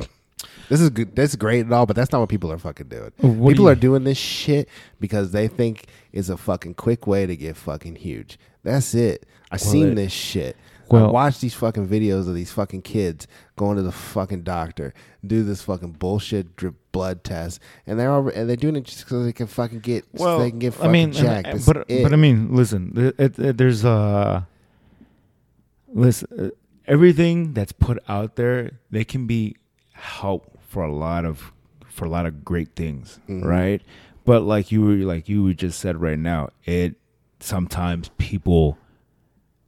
[SPEAKER 2] this is good. That's great and all, but that's not what people are fucking doing.
[SPEAKER 1] What do
[SPEAKER 2] people
[SPEAKER 1] you-
[SPEAKER 2] are doing this shit because they think it's a fucking quick way to get fucking huge. That's it. I've seen
[SPEAKER 1] it-
[SPEAKER 2] this shit. I
[SPEAKER 1] well-
[SPEAKER 2] watch these fucking videos of these fucking kids going to the fucking doctor, do this fucking bullshit drip blood test, and they're all, and they're doing it just because they can fucking get well, they can get fucking
[SPEAKER 1] and-
[SPEAKER 2] jacked.
[SPEAKER 1] uh,
[SPEAKER 2] That's
[SPEAKER 1] but
[SPEAKER 2] it.
[SPEAKER 1] but I mean, listen, th- it, it, there's uh, listen, uh, everything that's put out there, they can be help for a lot of for a lot of great things,
[SPEAKER 2] Mm-hmm.
[SPEAKER 1] right? But like you were like you were just said right now, it sometimes people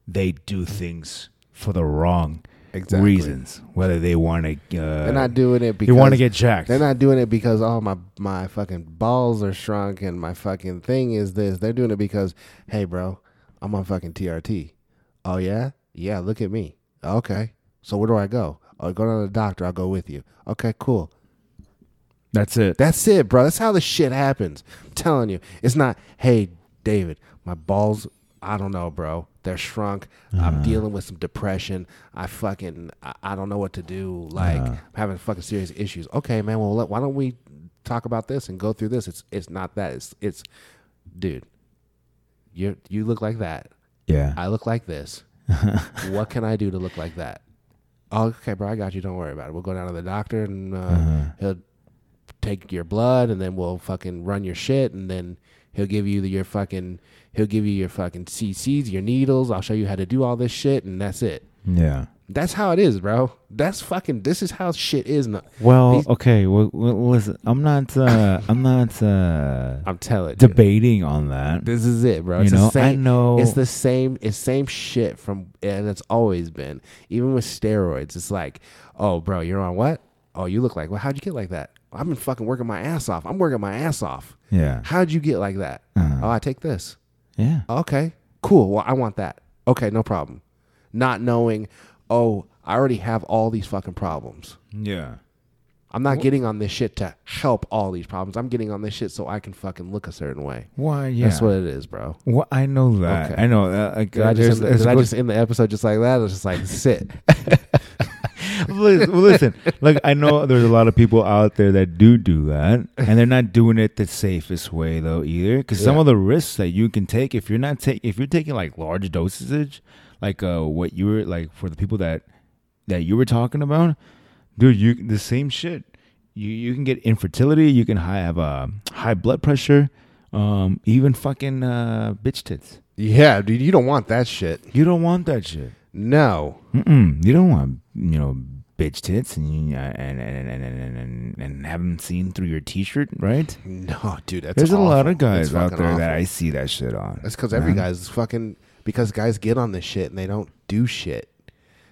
[SPEAKER 1] they do things for the wrong
[SPEAKER 2] Exactly.
[SPEAKER 1] reasons, whether they want to uh,
[SPEAKER 2] they're not doing it
[SPEAKER 1] they
[SPEAKER 2] because
[SPEAKER 1] want to get jacked.
[SPEAKER 2] They're not doing it because oh my my fucking balls are shrunk and my fucking thing is this. They're doing it because hey bro, I'm on fucking TRT. Oh yeah, yeah. Look at me. Okay, so where do I go? Oh, go to the doctor. I'll go with you. Okay, cool.
[SPEAKER 1] That's it.
[SPEAKER 2] That's it, bro. That's how the shit happens. I'm telling you, it's not. Hey David, my balls. I don't know, bro. They're shrunk. I'm dealing with some depression. I fucking I, I don't know what to do. Like I'm having fucking serious issues. Okay, man. Well, let, why don't we talk about this and go through this? It's it's not that. It's it's, dude. You you look like that.
[SPEAKER 1] yeah.
[SPEAKER 2] I look like this. what can I do to look like that? Oh, okay, bro, I got you. Don't worry about it. We'll go down to the doctor and uh, he'll take your blood and then we'll fucking run your shit and then he'll give you the, your fucking he'll give you your fucking CCs, your needles. I'll show you how to do all this shit and that's it.
[SPEAKER 1] yeah.
[SPEAKER 2] That's how it is, bro. That's fucking. This is how shit is. No-
[SPEAKER 1] Well,
[SPEAKER 2] These-
[SPEAKER 1] okay. Well, well, listen, I'm not. Uh, I'm not uh,
[SPEAKER 2] I'm telling you,
[SPEAKER 1] debating on that.
[SPEAKER 2] this is it, bro.
[SPEAKER 1] you
[SPEAKER 2] It's
[SPEAKER 1] know,
[SPEAKER 2] the same.
[SPEAKER 1] I know.
[SPEAKER 2] It's the same. It's same shit from, and it's always been. Even with steroids, it's like, oh, bro, you're on what? Oh, you look like. Well, how'd you get like that? I've been fucking working my ass off. I'm working my ass off.
[SPEAKER 1] yeah.
[SPEAKER 2] How'd you get like that?
[SPEAKER 1] Uh,
[SPEAKER 2] Oh, I take this.
[SPEAKER 1] yeah.
[SPEAKER 2] Okay, cool. Well, I want that. Okay, no problem. Not knowing, oh, I already have all these fucking problems.
[SPEAKER 1] Yeah.
[SPEAKER 2] I'm not getting on this shit to help all these problems. I'm getting on this shit so I can fucking look a certain way.
[SPEAKER 1] Why? Yeah.
[SPEAKER 2] That's what it is, bro.
[SPEAKER 1] Well, I know that.
[SPEAKER 2] Okay.
[SPEAKER 1] I know. Uh, like,
[SPEAKER 2] Did I
[SPEAKER 1] there's-
[SPEAKER 2] just, end the,
[SPEAKER 1] there's
[SPEAKER 2] did I
[SPEAKER 1] good-
[SPEAKER 2] just end the episode just like that? I was just like, sit.
[SPEAKER 1] Listen, well, listen, like I know there's a lot of people out there that do do that, and they're not doing it the safest way though either. Because some
[SPEAKER 2] Yeah.
[SPEAKER 1] of the risks that you can take if you're not take if you're taking like large dosage, like uh, what you were like for the people that that you were talking about, dude, you the same shit. You you can get infertility. You can hi- have uh, high blood pressure. Um, even fucking uh, bitch tits.
[SPEAKER 2] yeah, dude, you don't want that shit.
[SPEAKER 1] You don't want that shit.
[SPEAKER 2] No.
[SPEAKER 1] Mm-mm, you don't want you know bitch tits and you- uh, and and and and and, and, and have them seen through your t-shirt, right?
[SPEAKER 2] No, dude, that's
[SPEAKER 1] There's a lot
[SPEAKER 2] awful.
[SPEAKER 1] of guys
[SPEAKER 2] That's
[SPEAKER 1] out
[SPEAKER 2] fucking
[SPEAKER 1] there that
[SPEAKER 2] awful.
[SPEAKER 1] I see that shit on.
[SPEAKER 2] That's because every
[SPEAKER 1] man.
[SPEAKER 2] guy's fucking because guys get on this shit and they don't do shit.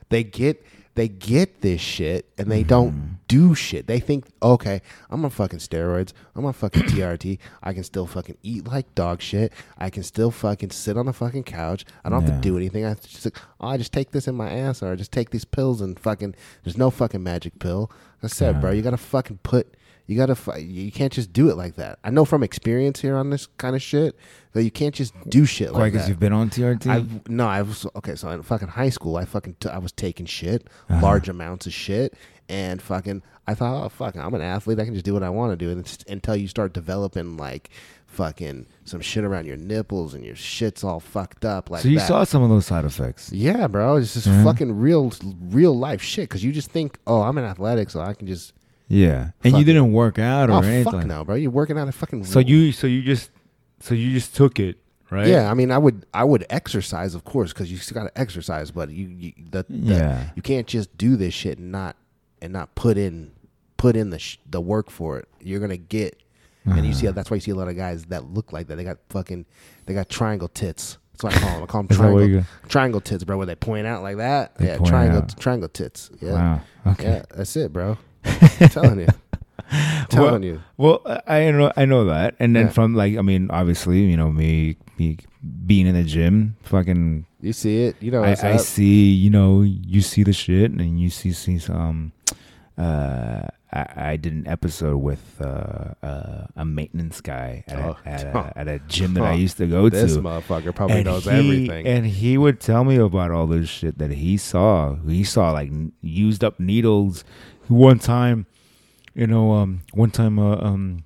[SPEAKER 2] They get they get this shit and they
[SPEAKER 1] Mm-hmm.
[SPEAKER 2] don't do shit. They think, okay, I'm on fucking steroids. I'm on fucking TRT. I can still fucking eat like dog shit. I can still fucking sit on a fucking couch. I don't have
[SPEAKER 1] Yeah.
[SPEAKER 2] to do anything. I have to just like, oh, I just take this in my ass or I just take these pills and fucking. There's no fucking magic pill. Like I said, bro, you gotta fucking put. You gotta. fu- You can't just do it like that. I know from experience here on this kind of shit that you can't just do shit
[SPEAKER 1] Why?
[SPEAKER 2] like
[SPEAKER 1] Because
[SPEAKER 2] that.
[SPEAKER 1] you've been on TRT.
[SPEAKER 2] I no, I was okay. So in fucking high school, I fucking t- I was taking shit,
[SPEAKER 1] Uh-huh.
[SPEAKER 2] large amounts of shit, and fucking I thought, oh fuck, I'm an athlete. I can just do what I want to do, and it's, until you start developing like fucking some shit around your nipples and your shit's all fucked up like
[SPEAKER 1] so you
[SPEAKER 2] that.
[SPEAKER 1] saw some of those side effects.
[SPEAKER 2] yeah, bro, it's just fucking real, real life shit. Because you just think, oh, I'm an athletic, so I can just.
[SPEAKER 1] Yeah, and you
[SPEAKER 2] Fuck.
[SPEAKER 1] didn't work out or
[SPEAKER 2] Oh
[SPEAKER 1] anything.
[SPEAKER 2] fuck no, bro! You're working out a fucking.
[SPEAKER 1] So you so you just so you just took it, right?
[SPEAKER 2] Yeah, I mean, I would, I would exercise, of course, because you still got to exercise. But you, you the, the-
[SPEAKER 1] Yeah.
[SPEAKER 2] you can't just do this shit and not and not put in, put in the sh- the work for it. You're gonna get, and you see
[SPEAKER 1] Uh-huh.
[SPEAKER 2] that's why you see a lot of guys that look like that. They got fucking, they got triangle tits. That's what I call them. I call them
[SPEAKER 1] Is that what
[SPEAKER 2] triangle,
[SPEAKER 1] you-
[SPEAKER 2] triangle tits, bro. Where they point out like that.
[SPEAKER 1] They
[SPEAKER 2] yeah,
[SPEAKER 1] point
[SPEAKER 2] triangle,
[SPEAKER 1] out.
[SPEAKER 2] triangle tits. Yeah,
[SPEAKER 1] Wow. Okay.
[SPEAKER 2] yeah, that's it, bro. I'm telling you, I'm telling
[SPEAKER 1] Well-
[SPEAKER 2] you.
[SPEAKER 1] Well, I I know I know that, and then
[SPEAKER 2] Yeah.
[SPEAKER 1] from like I mean, obviously, you know me, me being in the gym, fucking
[SPEAKER 2] You see it. You know,
[SPEAKER 1] I,
[SPEAKER 2] what's
[SPEAKER 1] I
[SPEAKER 2] up.
[SPEAKER 1] see, you know, you see the shit, and you see see some. Uh, I, I did an episode with uh, uh, a maintenance guy at,
[SPEAKER 2] Oh.
[SPEAKER 1] a, at, a, at a gym that I
[SPEAKER 2] Huh.
[SPEAKER 1] used to go
[SPEAKER 2] this
[SPEAKER 1] to.
[SPEAKER 2] motherfucker probably knows
[SPEAKER 1] he,
[SPEAKER 2] everything.
[SPEAKER 1] and he would tell me about all this shit that he saw. He saw like n- used up needles. One time, you know, um, one time, uh, um,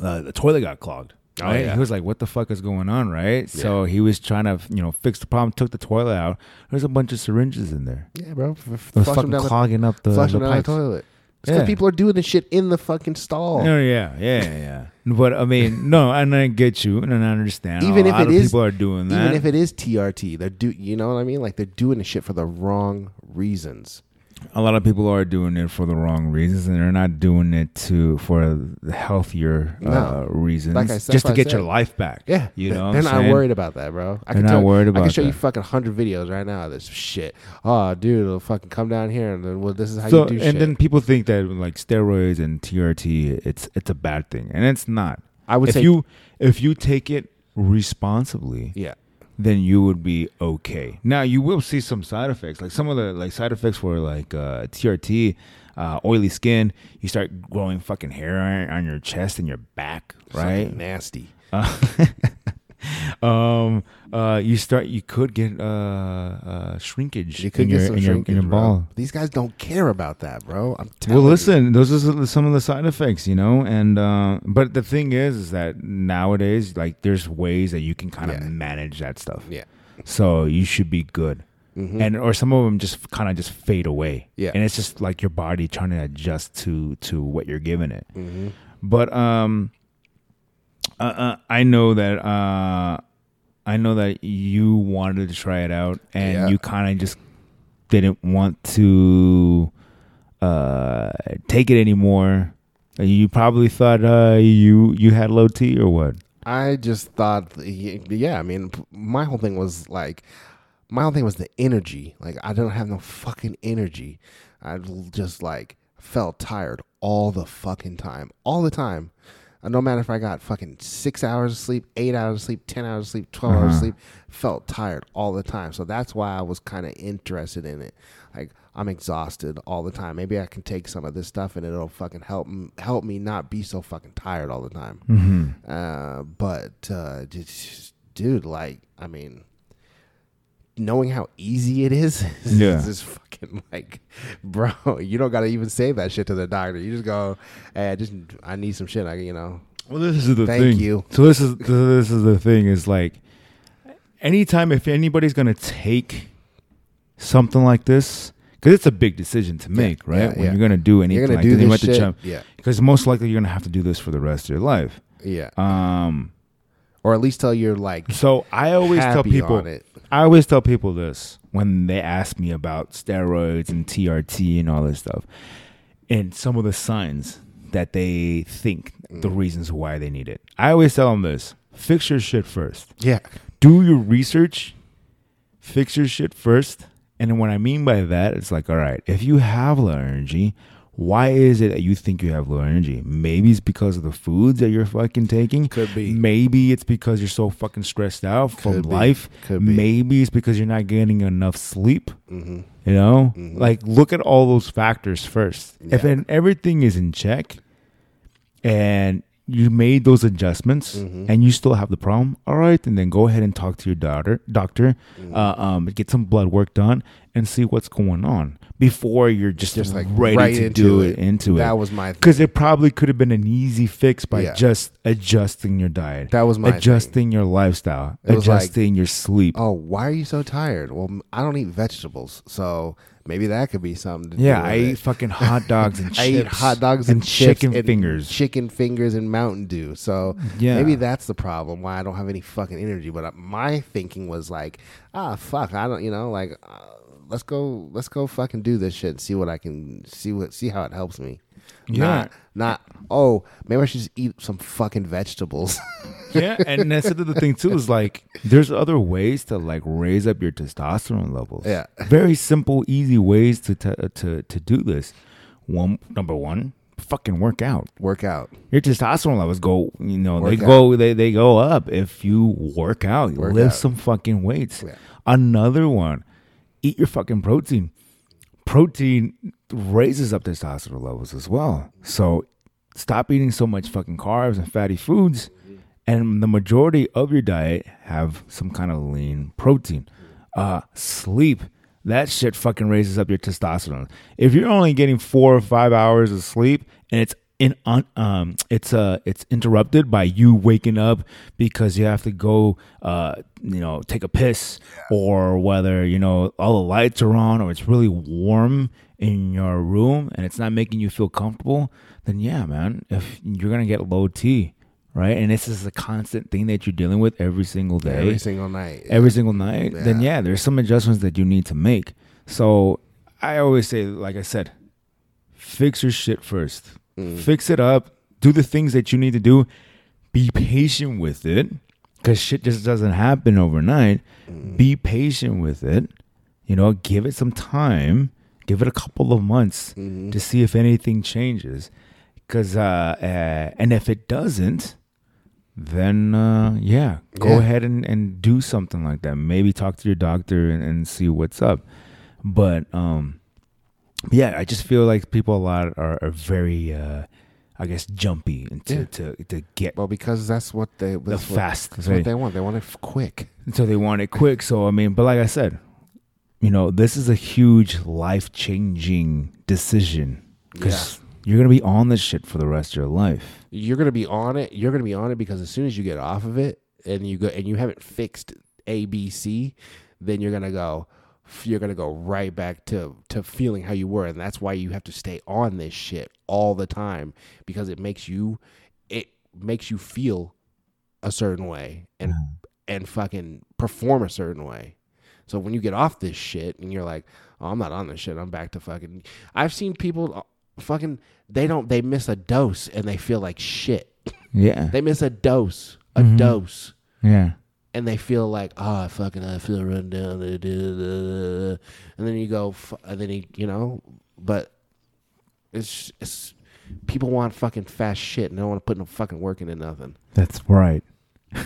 [SPEAKER 1] uh, the toilet got clogged.
[SPEAKER 2] Oh,
[SPEAKER 1] right?
[SPEAKER 2] yeah.
[SPEAKER 1] He was like, "What the fuck is going on?" Right? So he was trying to, you know, fix the problem. Took the toilet out. There's a bunch of syringes in there.
[SPEAKER 2] yeah, bro. F- f-
[SPEAKER 1] It was
[SPEAKER 2] flush 'em
[SPEAKER 1] fucking
[SPEAKER 2] down the
[SPEAKER 1] clogging up the,
[SPEAKER 2] flush
[SPEAKER 1] the
[SPEAKER 2] them down the
[SPEAKER 1] pipes.
[SPEAKER 2] toilet. Because
[SPEAKER 1] Yeah.
[SPEAKER 2] people are doing this shit in the fucking stall.
[SPEAKER 1] No, Oh, yeah, yeah, yeah. But I mean, no, and I get you, and I understand.
[SPEAKER 2] Even
[SPEAKER 1] a
[SPEAKER 2] if
[SPEAKER 1] lot
[SPEAKER 2] it
[SPEAKER 1] of
[SPEAKER 2] is-
[SPEAKER 1] people are doing that.
[SPEAKER 2] Even if it is TRT, they're do you know what I mean? Like they're doing the shit for the wrong reasons.
[SPEAKER 1] a lot of people are doing it for the wrong reasons and they're not doing it to for the healthier uh,
[SPEAKER 2] No.
[SPEAKER 1] reasons
[SPEAKER 2] Like I
[SPEAKER 1] just
[SPEAKER 2] said- that's
[SPEAKER 1] to
[SPEAKER 2] what I
[SPEAKER 1] get your
[SPEAKER 2] said.
[SPEAKER 1] life back
[SPEAKER 2] Yeah,
[SPEAKER 1] you
[SPEAKER 2] They're-
[SPEAKER 1] know what
[SPEAKER 2] they're
[SPEAKER 1] I'm
[SPEAKER 2] not
[SPEAKER 1] saying?
[SPEAKER 2] worried about that, bro. I
[SPEAKER 1] They're not worried
[SPEAKER 2] I can
[SPEAKER 1] about
[SPEAKER 2] show you
[SPEAKER 1] that.
[SPEAKER 2] fucking hundred videos right now. This shit. Oh, dude, it'll fucking come down here and then well, this is how
[SPEAKER 1] so
[SPEAKER 2] you do
[SPEAKER 1] and
[SPEAKER 2] shit.
[SPEAKER 1] then people think that like steroids and TRT it's it's a bad thing and it's not
[SPEAKER 2] I would
[SPEAKER 1] if
[SPEAKER 2] say,
[SPEAKER 1] you if you take it responsibly
[SPEAKER 2] yeah,
[SPEAKER 1] then you would be okay. Now you will see some side effects. Like some of the like side effects were like uh, TRT, uh, oily skin. You start growing fucking hair on, on your chest and your back,
[SPEAKER 2] right,
[SPEAKER 1] right?
[SPEAKER 2] nasty.
[SPEAKER 1] Uh, um, uh, you start. You could get uh, uh shrinkage.
[SPEAKER 2] You could
[SPEAKER 1] in
[SPEAKER 2] get
[SPEAKER 1] your,
[SPEAKER 2] some
[SPEAKER 1] in your, in
[SPEAKER 2] shrinkage,
[SPEAKER 1] your
[SPEAKER 2] bro.
[SPEAKER 1] ball.
[SPEAKER 2] These guys don't care about that, bro. I'm telling
[SPEAKER 1] Well,
[SPEAKER 2] you.
[SPEAKER 1] listen, those are s- some of the side effects, you know. And uh, but the thing is, is that nowadays, like, there's ways that you can kind of
[SPEAKER 2] Yeah.
[SPEAKER 1] manage that stuff.
[SPEAKER 2] Yeah.
[SPEAKER 1] So you should be good. And or some of them just kind of just fade away.
[SPEAKER 2] Mm-hmm. Yeah.
[SPEAKER 1] And it's just like your body trying to adjust to to what you're giving it.
[SPEAKER 2] Mm-hmm.
[SPEAKER 1] But um, uh, uh, I know that uh, I know that you wanted to try it out, and
[SPEAKER 2] Yeah.
[SPEAKER 1] you kind of just didn't want to uh, take it anymore. You probably thought uh, you you had low T or what?
[SPEAKER 2] I just thought, y- yeah. I mean, p- my whole thing was like, my whole thing was the energy. Like, I don't have no fucking energy. I l- just like felt tired all the fucking time, all the time. Uh, No matter if I got fucking six hours of sleep, eight hours of sleep, ten hours of sleep, 12 hours of sleep, felt tired all the time. So that's why I was kind of interested in it. Like I'm exhausted all the time. Maybe I can take some of this stuff and it'll fucking help m- help me not be so fucking tired all the time.
[SPEAKER 1] Mm-hmm.
[SPEAKER 2] Uh, but uh, just, dude, like, I mean, knowing how easy it is, is
[SPEAKER 1] Yeah.
[SPEAKER 2] just fucking like, bro, you don't gotta even say that shit to the doctor. You just go, hey, I just, I need some shit. I, you know,
[SPEAKER 1] Well, this is the
[SPEAKER 2] Thank
[SPEAKER 1] thing.
[SPEAKER 2] you.
[SPEAKER 1] So this is so this is the thing. Is like anytime if anybody's gonna take something like this, because it's a big decision to make, right?
[SPEAKER 2] yeah,
[SPEAKER 1] when
[SPEAKER 2] yeah.
[SPEAKER 1] you're gonna do anything,
[SPEAKER 2] you're gonna
[SPEAKER 1] like
[SPEAKER 2] do
[SPEAKER 1] this, you
[SPEAKER 2] this
[SPEAKER 1] went to
[SPEAKER 2] shit.
[SPEAKER 1] jump-
[SPEAKER 2] Yeah,
[SPEAKER 1] because most likely you're gonna have to do this for the rest of your life.
[SPEAKER 2] yeah,
[SPEAKER 1] Um,
[SPEAKER 2] or at least till you're like
[SPEAKER 1] so I always tell
[SPEAKER 2] happy
[SPEAKER 1] people,
[SPEAKER 2] on it.
[SPEAKER 1] I always tell people this when they ask me about steroids and TRT and all this stuff, and some of the signs that they think the reasons why they need it. I always tell them this: fix your shit first.
[SPEAKER 2] Yeah,
[SPEAKER 1] Do your research. Fix your shit first. And what I mean by that, it's like, all right, if you have low energy, why is it that you think you have low energy? Maybe it's because of the foods that you're fucking taking.
[SPEAKER 2] Could be.
[SPEAKER 1] Maybe it's because you're so fucking stressed out from
[SPEAKER 2] Could be.
[SPEAKER 1] life.
[SPEAKER 2] Could be.
[SPEAKER 1] Maybe it's because you're not getting enough sleep.
[SPEAKER 2] hmm
[SPEAKER 1] You know, like look at all those factors first. If
[SPEAKER 2] Yeah.
[SPEAKER 1] then everything is in check, and you made those adjustments,
[SPEAKER 2] Mm-hmm.
[SPEAKER 1] and you still have the problem, all right, and then go ahead and talk to your daughter, doctor,
[SPEAKER 2] Mm-hmm.
[SPEAKER 1] uh, um, get some blood work done, and see what's going on before you're just,
[SPEAKER 2] just like
[SPEAKER 1] ready
[SPEAKER 2] right
[SPEAKER 1] to
[SPEAKER 2] into
[SPEAKER 1] do
[SPEAKER 2] it.
[SPEAKER 1] it into
[SPEAKER 2] that
[SPEAKER 1] it.
[SPEAKER 2] was my
[SPEAKER 1] Because it probably could have been an easy fix by
[SPEAKER 2] Yeah.
[SPEAKER 1] just adjusting your diet,
[SPEAKER 2] that was my thing.
[SPEAKER 1] adjusting your lifestyle,
[SPEAKER 2] It was like-
[SPEAKER 1] adjusting your sleep.
[SPEAKER 2] Oh, why are you so tired? Well, m- I don't eat vegetables, so maybe that could be something. To
[SPEAKER 1] Yeah,
[SPEAKER 2] do
[SPEAKER 1] I
[SPEAKER 2] with it.
[SPEAKER 1] eat fucking hot dogs and chips.
[SPEAKER 2] I eat hot dogs and,
[SPEAKER 1] and,
[SPEAKER 2] chips
[SPEAKER 1] chicken
[SPEAKER 2] and
[SPEAKER 1] fingers.
[SPEAKER 2] chicken fingers, and Mountain Dew. So
[SPEAKER 1] Yeah.
[SPEAKER 2] maybe that's the problem why I don't have any fucking energy. But uh, my thinking was like, ah, fuck, I don't, you know, like, uh, let's go, let's go, fucking do this shit and see what I can see what see how it helps me.
[SPEAKER 1] Yeah.
[SPEAKER 2] Not, not. Oh, maybe I should just eat some fucking vegetables.
[SPEAKER 1] yeah, and that's the other thing too is like there's other ways to like raise up your testosterone levels.
[SPEAKER 2] Yeah.
[SPEAKER 1] very simple, easy ways to t- to to do this. One number one, fucking work out.
[SPEAKER 2] Work out.
[SPEAKER 1] Your testosterone levels go, you know, they
[SPEAKER 2] Work out.
[SPEAKER 1] go they they go up if you work out,
[SPEAKER 2] Work
[SPEAKER 1] lift
[SPEAKER 2] out.
[SPEAKER 1] some fucking weights.
[SPEAKER 2] Yeah.
[SPEAKER 1] Another one, eat your fucking protein. Protein raises up testosterone levels as well. So stop eating so much fucking carbs and fatty foods, and the majority of your diet have some kind of lean protein. Uh, sleep. That shit fucking raises up your testosterone. If you're only getting four or five hours of sleep, and it's in on um, it's uh, it's interrupted by you waking up because you have to go, uh, you know, take a piss, or whether you know all the lights are on, or it's really warm in your room and it's not making you feel comfortable, then yeah, man, if you're gonna get low T, right? And this is a constant thing that you're dealing with every single day,
[SPEAKER 2] Every
[SPEAKER 1] every,
[SPEAKER 2] single night.
[SPEAKER 1] single night, then yeah, there's some adjustments that you need to make. So I always say, like I said, fix your shit first. Fix it up. Do the things that you need to do. Be patient with it because shit just doesn't happen overnight. Be patient with it. You know, give it some time. Give it a couple of months to see if anything changes. Because, uh, uh, and if it doesn't, then uh, yeah, go
[SPEAKER 2] Yeah.
[SPEAKER 1] ahead and, and do something like that. Maybe talk to your doctor and, and see what's up. But, um, yeah, I just feel like people a lot are, are very, uh, I guess, jumpy and to,
[SPEAKER 2] Yeah.
[SPEAKER 1] to, to get
[SPEAKER 2] well, because that's what they.
[SPEAKER 1] the
[SPEAKER 2] That's, what,
[SPEAKER 1] fast.
[SPEAKER 2] that's what they want. They want it f- quick.
[SPEAKER 1] so they want it quick. So I mean, but like I said, you know, this is a huge life changing decision because you're gonna be on this shit for the rest of your life.
[SPEAKER 2] you're gonna be on it. You're gonna be on it because as soon as you get off of it and you go and you haven't fixed A B C, then you're gonna go. f- You're gonna go right back to to feeling how you were, and that's why you have to stay on this shit all the time because it makes you it makes you feel a certain way and and fucking perform a certain way. So when you get off this shit and you're like, oh, I'm not on this shit. I'm back to fucking. I've seen people uh, fucking. They don't. They miss a dose and they feel like shit.
[SPEAKER 1] Yeah.
[SPEAKER 2] They miss a dose, a dose,
[SPEAKER 1] yeah.
[SPEAKER 2] and they feel like, oh, I fucking, I feel run down. da, da, da, da, da." And then you go, f- and then you, you know, but it's, it's people want fucking fast shit and they don't want to put no fucking work into nothing.
[SPEAKER 1] That's right.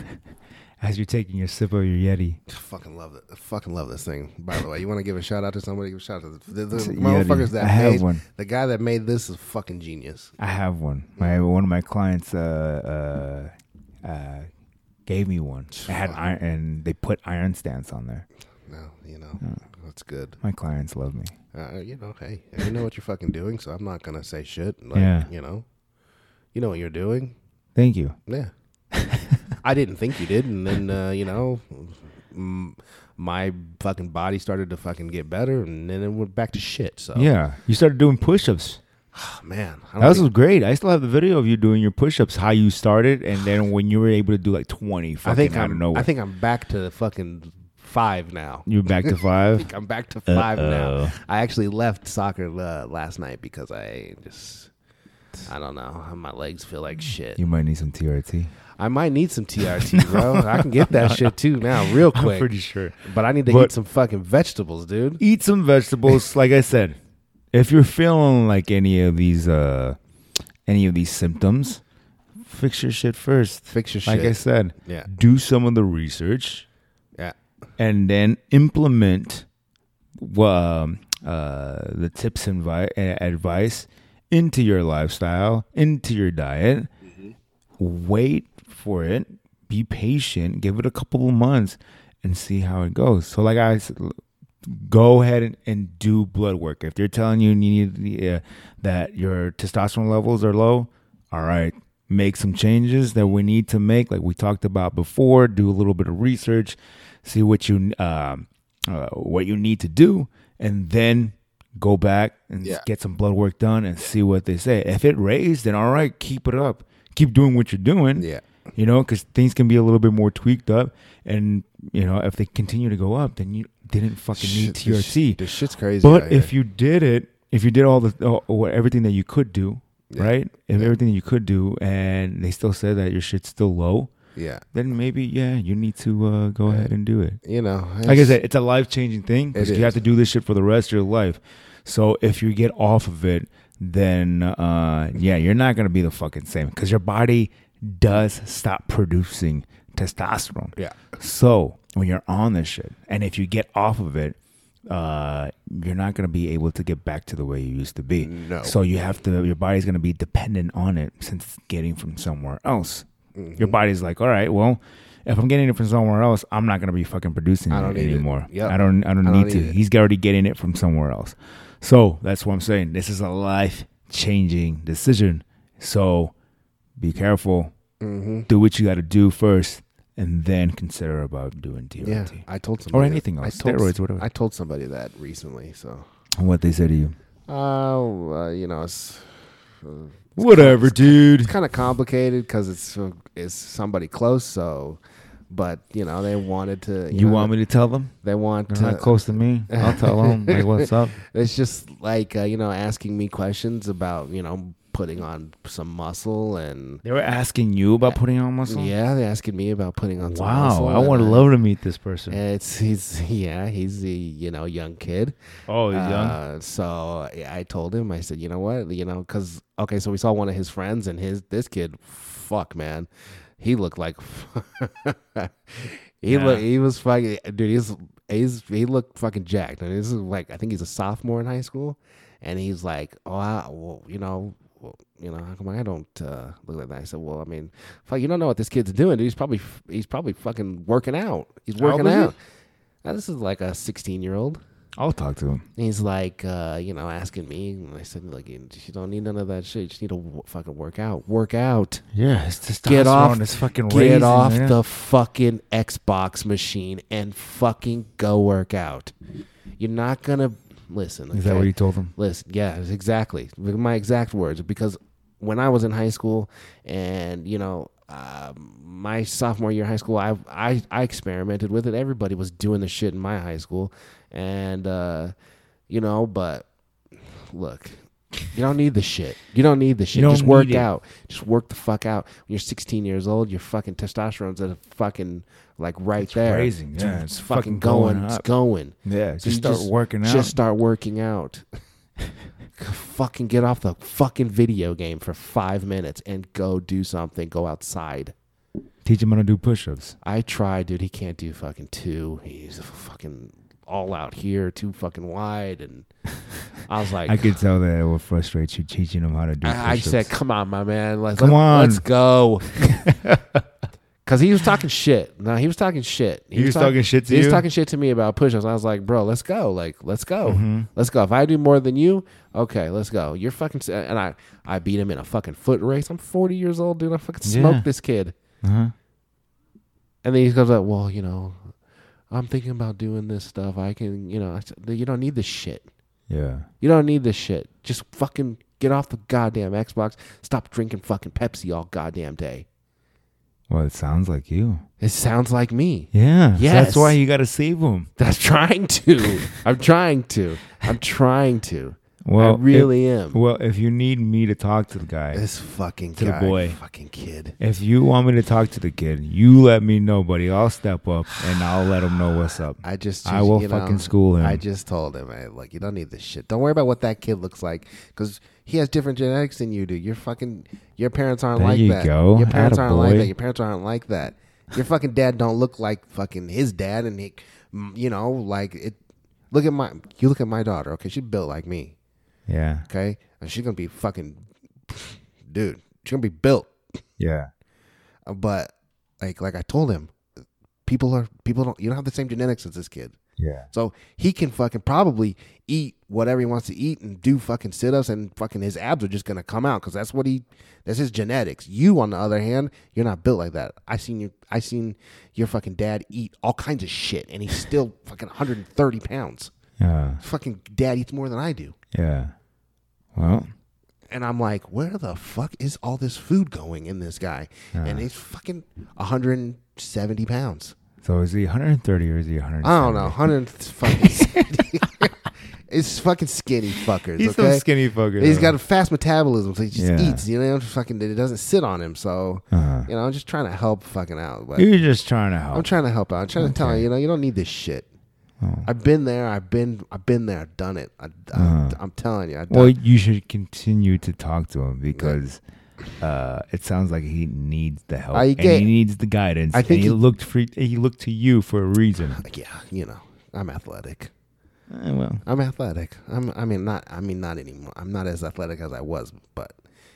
[SPEAKER 1] As you're taking your sip of your Yeti,
[SPEAKER 2] Fucking love it. Fucking love this thing. By the way, you want to give a shout out to somebody? Give a shout out to the, the
[SPEAKER 1] It's a
[SPEAKER 2] motherfuckers
[SPEAKER 1] Yeti.
[SPEAKER 2] that
[SPEAKER 1] I have
[SPEAKER 2] made
[SPEAKER 1] one.
[SPEAKER 2] the guy that made this is fucking genius.
[SPEAKER 1] I have one. My one of my clients uh, uh, uh, gave me one. It had iron, and they put iron stance on there.
[SPEAKER 2] No, you know, that's good.
[SPEAKER 1] My clients love me.
[SPEAKER 2] uh, you know, hey, you know what you're fucking doing, so I'm not gonna say shit. Like,
[SPEAKER 1] Yeah.
[SPEAKER 2] you know, you know what you're doing.
[SPEAKER 1] Thank you.
[SPEAKER 2] Yeah, I didn't think you did, and then uh, you know, m- my fucking body started to fucking get better, and then it went back to shit. So
[SPEAKER 1] Yeah, you started doing push-ups.
[SPEAKER 2] oh, man, Oh. I
[SPEAKER 1] That
[SPEAKER 2] don't
[SPEAKER 1] was
[SPEAKER 2] think,
[SPEAKER 1] great. I still have the video of you doing your push-ups, how you started, and then when you were able to do like twenty. Fucking
[SPEAKER 2] I think
[SPEAKER 1] out of
[SPEAKER 2] I'm,
[SPEAKER 1] nowhere.
[SPEAKER 2] I think I'm back to the fucking five now.
[SPEAKER 1] you're back to five.
[SPEAKER 2] I'm back to 5 now.
[SPEAKER 1] Uh-oh.
[SPEAKER 2] I actually left soccer uh, last night because I just, I don't know, my legs feel like shit.
[SPEAKER 1] you might need some TRT.
[SPEAKER 2] I might need some TRT, bro. I can get that shit too now, real quick.
[SPEAKER 1] sure.
[SPEAKER 2] but I need to eat
[SPEAKER 1] but-
[SPEAKER 2] some fucking vegetables, dude.
[SPEAKER 1] eat some vegetables like i said if you're feeling like any of these uh any of these symptoms fix your shit first
[SPEAKER 2] Fix your
[SPEAKER 1] like i
[SPEAKER 2] shit.
[SPEAKER 1] said
[SPEAKER 2] Yeah.
[SPEAKER 1] do some of the research
[SPEAKER 2] Yeah.
[SPEAKER 1] and then implement um, uh, the tips and vi- a- advice into your lifestyle, into your diet.
[SPEAKER 2] Mm-hmm.
[SPEAKER 1] Wait for it. Be patient. Give it a couple of months and see how it goes. So, like I s- go ahead and, and do blood work. If they're telling you you need the, uh, that your testosterone levels are low, all right, make some changes that we need to make, like we talked about before. Do a little bit of research, see what you um, uh, what you need to do, and then go back and
[SPEAKER 2] Yeah.
[SPEAKER 1] get some blood work done and see what they say. If it raised, then all right, keep it up. Keep doing what you're doing
[SPEAKER 2] Yeah.
[SPEAKER 1] you know, because things can be a little bit more tweaked up, and you know, if they continue to go up, then you didn't fucking need
[SPEAKER 2] Shit, this sh-
[SPEAKER 1] TRT.
[SPEAKER 2] This shit's crazy.
[SPEAKER 1] But
[SPEAKER 2] out
[SPEAKER 1] if
[SPEAKER 2] here.
[SPEAKER 1] you did it, if you did all the all, or everything that you could do, right? If everything you could do, and they still said that your shit's still low,
[SPEAKER 2] yeah,
[SPEAKER 1] then maybe yeah, you need to uh, go ahead and do it.
[SPEAKER 2] you know,
[SPEAKER 1] Like I said, it's a life changing thing because
[SPEAKER 2] It
[SPEAKER 1] you
[SPEAKER 2] is.
[SPEAKER 1] have to do this shit for the rest of your life. So if you get off of it, then uh, yeah, you're not gonna be the fucking same because your body does stop producing testosterone.
[SPEAKER 2] Yeah.
[SPEAKER 1] So when you're on this shit, and if you get off of it, uh, you're not gonna be able to get back to the way you used to be.
[SPEAKER 2] No.
[SPEAKER 1] So you have to. Your body's gonna be dependent on it since it's getting from somewhere else.
[SPEAKER 2] Mm-hmm.
[SPEAKER 1] Your body's like, all right, well. If I'm getting it from somewhere else, I'm not gonna be fucking producing
[SPEAKER 2] I don't
[SPEAKER 1] it
[SPEAKER 2] need it.
[SPEAKER 1] anymore.
[SPEAKER 2] Yep.
[SPEAKER 1] I don't. I don't
[SPEAKER 2] I
[SPEAKER 1] need
[SPEAKER 2] don't
[SPEAKER 1] to.
[SPEAKER 2] need it.
[SPEAKER 1] He's already getting it from somewhere else. So that's what I'm saying. This is a life changing decision. So be careful.
[SPEAKER 2] Mm-hmm.
[SPEAKER 1] Do what you got to do first, and then consider about doing TRT
[SPEAKER 2] yeah, I told somebody
[SPEAKER 1] or anything
[SPEAKER 2] I
[SPEAKER 1] else,
[SPEAKER 2] told,
[SPEAKER 1] steroids, whatever.
[SPEAKER 2] I told somebody that recently. So,
[SPEAKER 1] And what they say to you?
[SPEAKER 2] uh, uh, you know, it's uh,
[SPEAKER 1] Whatever, dude.
[SPEAKER 2] it's kind of complicated because it's uh, it's somebody close. So, but you know, they wanted to.
[SPEAKER 1] You
[SPEAKER 2] know,
[SPEAKER 1] want me to tell them?
[SPEAKER 2] They want
[SPEAKER 1] They're
[SPEAKER 2] to.
[SPEAKER 1] not close to me. I'll tell them. Like, what's up?
[SPEAKER 2] It's just like uh, you know asking me questions about you know putting on some muscle and
[SPEAKER 1] They were asking you about putting on muscle.
[SPEAKER 2] yeah, they're asking me about putting on some muscle.
[SPEAKER 1] Wow, I would
[SPEAKER 2] and uh,
[SPEAKER 1] love to meet this person.
[SPEAKER 2] It's he's yeah he's a you know young kid.
[SPEAKER 1] oh, he's young.
[SPEAKER 2] Uh, so I told him I said you know what you know because okay so we saw one of his friends and his this kid fuck man he looked like he
[SPEAKER 1] Yeah.
[SPEAKER 2] look he was fucking dude he's he's he looked fucking jacked and this is like I think he's a sophomore in high school and he's like oh I, well, you know. well, You know, how come I don't uh, look like that? I said, "Well, I mean, fuck, you don't know what this kid's doing. Dude. He's probably f- he's probably fucking working out. He's
[SPEAKER 1] How old
[SPEAKER 2] working
[SPEAKER 1] was he?
[SPEAKER 2] out. Now, this is like a sixteen year old.
[SPEAKER 1] I'll talk to him.
[SPEAKER 2] And he's like, uh, you know, asking me. And I said, like, you you don't need none of that shit. You just need to w- fucking work out. Work out.
[SPEAKER 1] Yeah, his testosterone
[SPEAKER 2] Get off.
[SPEAKER 1] is fucking
[SPEAKER 2] get
[SPEAKER 1] raising,
[SPEAKER 2] off
[SPEAKER 1] man.
[SPEAKER 2] the fucking Xbox machine and fucking go work out. You're not gonna listen.
[SPEAKER 1] Is that
[SPEAKER 2] okay?
[SPEAKER 1] what you told him?
[SPEAKER 2] Listen, yeah, it's exactly my exact words. Because when I was in high school, and you know, uh, my sophomore year of high school, I, I I experimented with it. Everybody was doing the shit in my high school, and uh, you know, but look, you don't need the shit. You don't need the shit.
[SPEAKER 1] don't
[SPEAKER 2] Just work
[SPEAKER 1] need it.
[SPEAKER 2] out. Just work the fuck out. When you're 16 years old, your fucking testosterone's at a fucking like right there.
[SPEAKER 1] raising, yeah, it's fucking going
[SPEAKER 2] It's
[SPEAKER 1] up.
[SPEAKER 2] going.
[SPEAKER 1] Yeah, just
[SPEAKER 2] So you
[SPEAKER 1] start working out.
[SPEAKER 2] Just start working out. fucking get off the fucking video game for five minutes and go do something. Go outside.
[SPEAKER 1] Teach him how to do push-ups.
[SPEAKER 2] I tried, dude. He can't do fucking two. He's fucking all out here, too fucking wide. And I was like,
[SPEAKER 1] I could tell that it would frustrate you teaching him how to do.
[SPEAKER 2] I, I
[SPEAKER 1] push-ups.
[SPEAKER 2] said, come on, my man. Let's,
[SPEAKER 1] Come on."
[SPEAKER 2] Let's go. Because he was talking shit. No, he was talking shit.
[SPEAKER 1] He was
[SPEAKER 2] talk-
[SPEAKER 1] talking shit to
[SPEAKER 2] He was
[SPEAKER 1] you?
[SPEAKER 2] talking shit to me about push ups. I was like, bro, let's go. Like, let's
[SPEAKER 1] Mm-hmm.
[SPEAKER 2] go. Let's go. If I do more than you, okay, let's go. You're fucking. s- And I, I beat him in a fucking foot race. I'm 40 years old, dude. I fucking smoked
[SPEAKER 1] Yeah.
[SPEAKER 2] this kid.
[SPEAKER 1] uh-huh.
[SPEAKER 2] And then he goes like, well, you know, I'm thinking about doing this stuff. I can, you know, I said, you don't need this shit.
[SPEAKER 1] "Yeah,
[SPEAKER 2] You don't need this shit. Just fucking get off the goddamn Xbox. Stop drinking fucking Pepsi all goddamn day.
[SPEAKER 1] well, it sounds like you.
[SPEAKER 2] It sounds like me.
[SPEAKER 1] Yeah, so
[SPEAKER 2] Yes.
[SPEAKER 1] that's why you got to save him.
[SPEAKER 2] I'm trying to. I'm trying to. I'm trying to.
[SPEAKER 1] Well,
[SPEAKER 2] I really
[SPEAKER 1] if-
[SPEAKER 2] am.
[SPEAKER 1] well, if you need me to talk to the guy,
[SPEAKER 2] This fucking
[SPEAKER 1] To the
[SPEAKER 2] guy,
[SPEAKER 1] boy.
[SPEAKER 2] fucking kid.
[SPEAKER 1] if you want me to talk to the kid, you let me know, buddy. I'll step up and I'll let him know what's up.
[SPEAKER 2] I just,
[SPEAKER 1] I will
[SPEAKER 2] you know,
[SPEAKER 1] fucking school him.
[SPEAKER 2] I just told him, I, look, you don't need this shit. Don't worry about what that kid looks like, because he has different genetics than you do. Your fucking, your parents aren't
[SPEAKER 1] There
[SPEAKER 2] like
[SPEAKER 1] you
[SPEAKER 2] that.
[SPEAKER 1] go.
[SPEAKER 2] Your parents aren't like
[SPEAKER 1] Attaboy.
[SPEAKER 2] that. Your parents aren't like that. Your fucking dad don't look like fucking his dad, and he, mm, you know, like it. Look at my, you look at my daughter. Okay, she's built like me.
[SPEAKER 1] yeah,
[SPEAKER 2] Okay, and she's gonna be fucking, dude. She's gonna be built
[SPEAKER 1] yeah,
[SPEAKER 2] but like like I told him, people are people don't you don't have the same genetics as this kid.
[SPEAKER 1] yeah.
[SPEAKER 2] So he can fucking probably eat whatever he wants to eat and do fucking sit ups and fucking his abs are just gonna come out because that's what he that's his genetics. You on the other hand, you're not built like that. I seen you I seen your fucking dad eat all kinds of shit and he's still fucking 130 pounds.
[SPEAKER 1] Yeah,
[SPEAKER 2] Fucking dad eats more than I do.
[SPEAKER 1] yeah. Well,
[SPEAKER 2] And I'm like, where the fuck is all this food going in this guy? And he's fucking 170 pounds.
[SPEAKER 1] so is he 130 or is he 100?
[SPEAKER 2] I don't know, hundred fucking. skinny. it's fucking skinny fuckers.
[SPEAKER 1] He's
[SPEAKER 2] okay,
[SPEAKER 1] so skinny fucker.
[SPEAKER 2] he's
[SPEAKER 1] though.
[SPEAKER 2] got a fast metabolism, so he just
[SPEAKER 1] Yeah.
[SPEAKER 2] eats. You know, fucking. It doesn't sit on him, so
[SPEAKER 1] Uh-huh.
[SPEAKER 2] you know. I'm just trying to help fucking out. But
[SPEAKER 1] You're just trying to help.
[SPEAKER 2] I'm trying to help out. I'm trying to tell him, you know, you don't need this shit.
[SPEAKER 1] Oh.
[SPEAKER 2] I've been there. I've been. I've been there. I've done it. I, I, I'm telling you. I've done
[SPEAKER 1] Uh-huh. Well, you should continue to talk to him because uh, it sounds like he needs the help
[SPEAKER 2] I
[SPEAKER 1] and
[SPEAKER 2] get-
[SPEAKER 1] he needs the guidance.
[SPEAKER 2] I think
[SPEAKER 1] and he,
[SPEAKER 2] he-
[SPEAKER 1] looked for he looked to you for a reason.
[SPEAKER 2] it. Yeah, you know, I'm athletic.
[SPEAKER 1] Eh, well,
[SPEAKER 2] I'm athletic. I'm. I mean, not. I mean, not anymore. I'm not as athletic as I was, but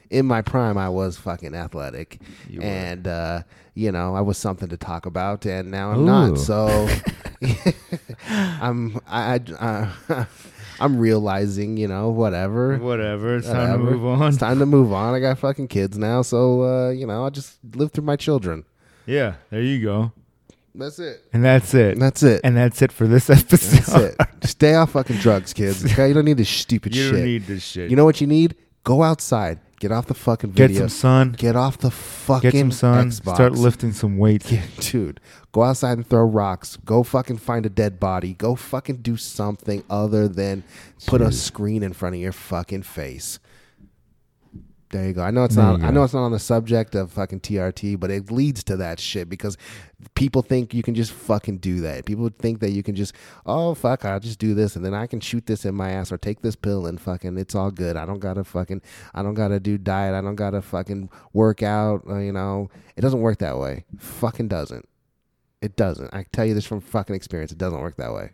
[SPEAKER 2] in my prime, I was fucking athletic,
[SPEAKER 1] You were.
[SPEAKER 2] and uh, you know, I was something to talk about, and now I'm
[SPEAKER 1] Ooh.
[SPEAKER 2] not. So, I'm. I. I uh, I'm realizing, you know, whatever.
[SPEAKER 1] whatever. It's time
[SPEAKER 2] whatever.
[SPEAKER 1] to move on.
[SPEAKER 2] It's time to move on. I got fucking kids now, so uh, you know, I just live through my children.
[SPEAKER 1] Yeah, there you go.
[SPEAKER 2] That's it.
[SPEAKER 1] And that's it.
[SPEAKER 2] That's it.
[SPEAKER 1] and that's it for this episode.
[SPEAKER 2] That's it. Stay off fucking drugs, kids. Okay, you don't need this stupid
[SPEAKER 1] You
[SPEAKER 2] shit.
[SPEAKER 1] don't need this shit.
[SPEAKER 2] You know what you need? Go outside. Get off the fucking
[SPEAKER 1] get
[SPEAKER 2] video.
[SPEAKER 1] some sun.
[SPEAKER 2] Get off the fucking
[SPEAKER 1] Get some sun.
[SPEAKER 2] Xbox.
[SPEAKER 1] Start lifting some weights.
[SPEAKER 2] Dude, go outside and throw rocks. Go fucking find a dead body. Go fucking do something other than put a screen in front of your fucking face. There you go. I know it's
[SPEAKER 1] There
[SPEAKER 2] not.
[SPEAKER 1] you
[SPEAKER 2] I
[SPEAKER 1] go.
[SPEAKER 2] know it's not on the subject of fucking TRT, but it leads to that shit because people think you can just fucking do that. People think that you can just, oh fuck, I'll just do this and then I can shoot this in my ass or take this pill and fucking it's all good. I don't gotta fucking, I don't gotta do diet. I don't gotta fucking work out. uh, You know, it doesn't work that way. Fucking doesn't. It doesn't. I can tell you this from fucking experience. It doesn't work that way.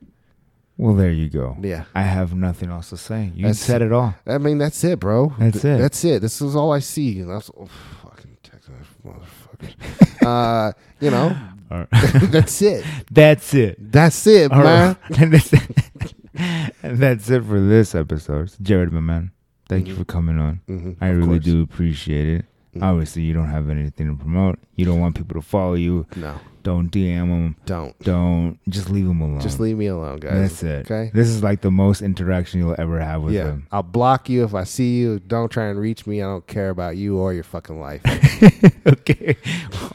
[SPEAKER 1] Well, there you go.
[SPEAKER 2] Yeah.
[SPEAKER 1] I have nothing else to say. You
[SPEAKER 2] That's-
[SPEAKER 1] said it all.
[SPEAKER 2] I mean, that's it, bro.
[SPEAKER 1] That's
[SPEAKER 2] Th-
[SPEAKER 1] it.
[SPEAKER 2] That's it. This is all I see. That's oh, fucking Texas motherfuckers. uh, you know,
[SPEAKER 1] All right.
[SPEAKER 2] that's it.
[SPEAKER 1] that's it.
[SPEAKER 2] That's it,
[SPEAKER 1] All
[SPEAKER 2] man.
[SPEAKER 1] right. and, that's, and that's it for this episode. Jared, my man, thank you for coming on.
[SPEAKER 2] Mhm,
[SPEAKER 1] I
[SPEAKER 2] Mm-hmm. of
[SPEAKER 1] really
[SPEAKER 2] course.
[SPEAKER 1] do appreciate it.
[SPEAKER 2] Mhm.
[SPEAKER 1] Obviously, you don't have anything to promote. You don't want people to follow you.
[SPEAKER 2] No,
[SPEAKER 1] Don't DM them.
[SPEAKER 2] Don't.
[SPEAKER 1] Don't just leave them alone.
[SPEAKER 2] Just leave me alone, guys.
[SPEAKER 1] Um, That's it.
[SPEAKER 2] Okay.
[SPEAKER 1] This is like the most interaction you'll ever have with
[SPEAKER 2] yeah.
[SPEAKER 1] them.
[SPEAKER 2] I'll block you if I see you. Don't try and reach me. I don't care about you or your fucking life.
[SPEAKER 1] okay.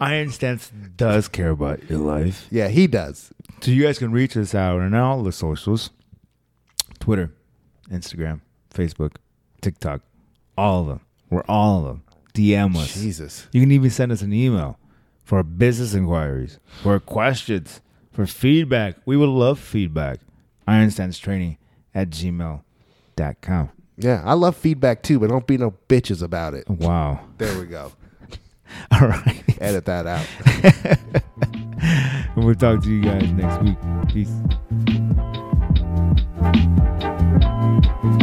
[SPEAKER 1] Iron Stance does care about your life.
[SPEAKER 2] yeah, he does.
[SPEAKER 1] So you guys can reach us out on all the socials Twitter, Instagram, Facebook, TikTok, all of them. We're all of them. DM us.
[SPEAKER 2] Jesus.
[SPEAKER 1] You can even send us an email for business inquiries, for questions, for feedback. We would love feedback. Ironstandstraining at gmail.com.
[SPEAKER 2] Yeah, I love feedback too, but don't be no bitches about it.
[SPEAKER 1] Wow.
[SPEAKER 2] There we go.
[SPEAKER 1] All right.
[SPEAKER 2] Edit that out.
[SPEAKER 1] And we'll talk to you guys next week. Peace.